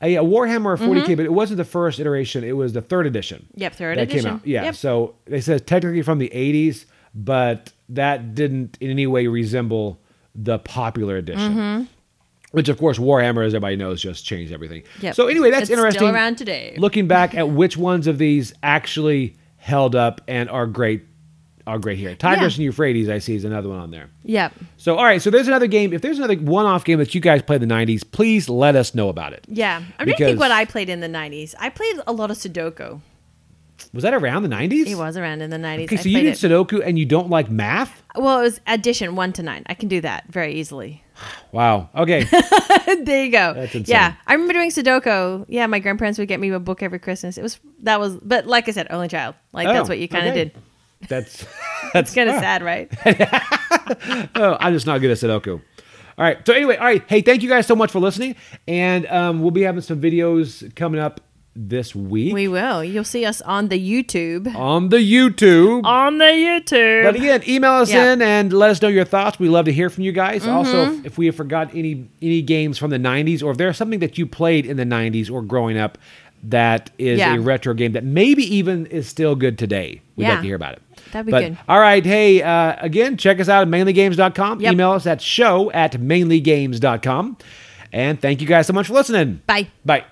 Speaker 1: a, a Warhammer 40k, but it wasn't the first iteration. It was the third edition.
Speaker 2: Mm-hmm. Yep, third
Speaker 1: that
Speaker 2: edition.
Speaker 1: came out. Yeah.
Speaker 2: Yep.
Speaker 1: So it says technically from the 80s, but that didn't in any way resemble the popular edition.
Speaker 2: Mm-hmm.
Speaker 1: Which of course Warhammer, as everybody knows, just changed everything.
Speaker 2: Yep.
Speaker 1: So anyway, that's
Speaker 2: It's still
Speaker 1: interesting.
Speaker 2: around today.
Speaker 1: Looking back at which ones of these actually held up and are great, are great here. Tigris
Speaker 2: Yeah.
Speaker 1: and Euphrates, I see, is another one on there.
Speaker 2: Yep.
Speaker 1: So all right, so there's another game. If there's another one-off game that you guys played in the '90s, please let us know about it.
Speaker 2: Yeah. I'm trying to
Speaker 1: Because-
Speaker 2: think what I played in the 90s. I played a lot of Sudoku.
Speaker 1: Was that around the '90s?
Speaker 2: It was around in the 90s.
Speaker 1: Okay,
Speaker 2: I
Speaker 1: so you
Speaker 2: played
Speaker 1: did
Speaker 2: it.
Speaker 1: Sudoku and you don't like math?
Speaker 2: well, it was addition one to nine. I can do that very easily.
Speaker 1: Wow. Okay.
Speaker 2: there you go.
Speaker 1: That's insane.
Speaker 2: Yeah, I remember doing Sudoku. Yeah, my grandparents would get me a book every Christmas. It was that was, but like I said, only child. Like
Speaker 1: Oh,
Speaker 2: that's what you kind of
Speaker 1: okay.
Speaker 2: did.
Speaker 1: That's
Speaker 2: It's kind of sad, right?
Speaker 1: oh, I'm just not good at Sudoku. All right. So anyway, all right. Hey, thank you guys so much for listening, and um, we'll be having some videos coming up this week
Speaker 2: we will. You'll see us on the YouTube.
Speaker 1: on the YouTube.
Speaker 2: On the YouTube.
Speaker 1: But again, email us
Speaker 2: Yeah.
Speaker 1: in
Speaker 2: Mm-hmm.
Speaker 1: and let us know your thoughts. We love to hear from you guys. Also, if, if we have forgot any any games from the '90s, or if there's something that you played in the '90s or growing up that is
Speaker 2: Yeah.
Speaker 1: a retro game that maybe even is still good today, we'd like
Speaker 2: Yeah.
Speaker 1: to hear about it.
Speaker 2: That'd be
Speaker 1: But,
Speaker 2: good.
Speaker 1: All right, hey, uh, again, check us out at mainlygames.com.
Speaker 2: Yep.
Speaker 1: Email us at show at mainlygames.com. And thank you guys so much for listening.
Speaker 2: Bye.
Speaker 1: Bye.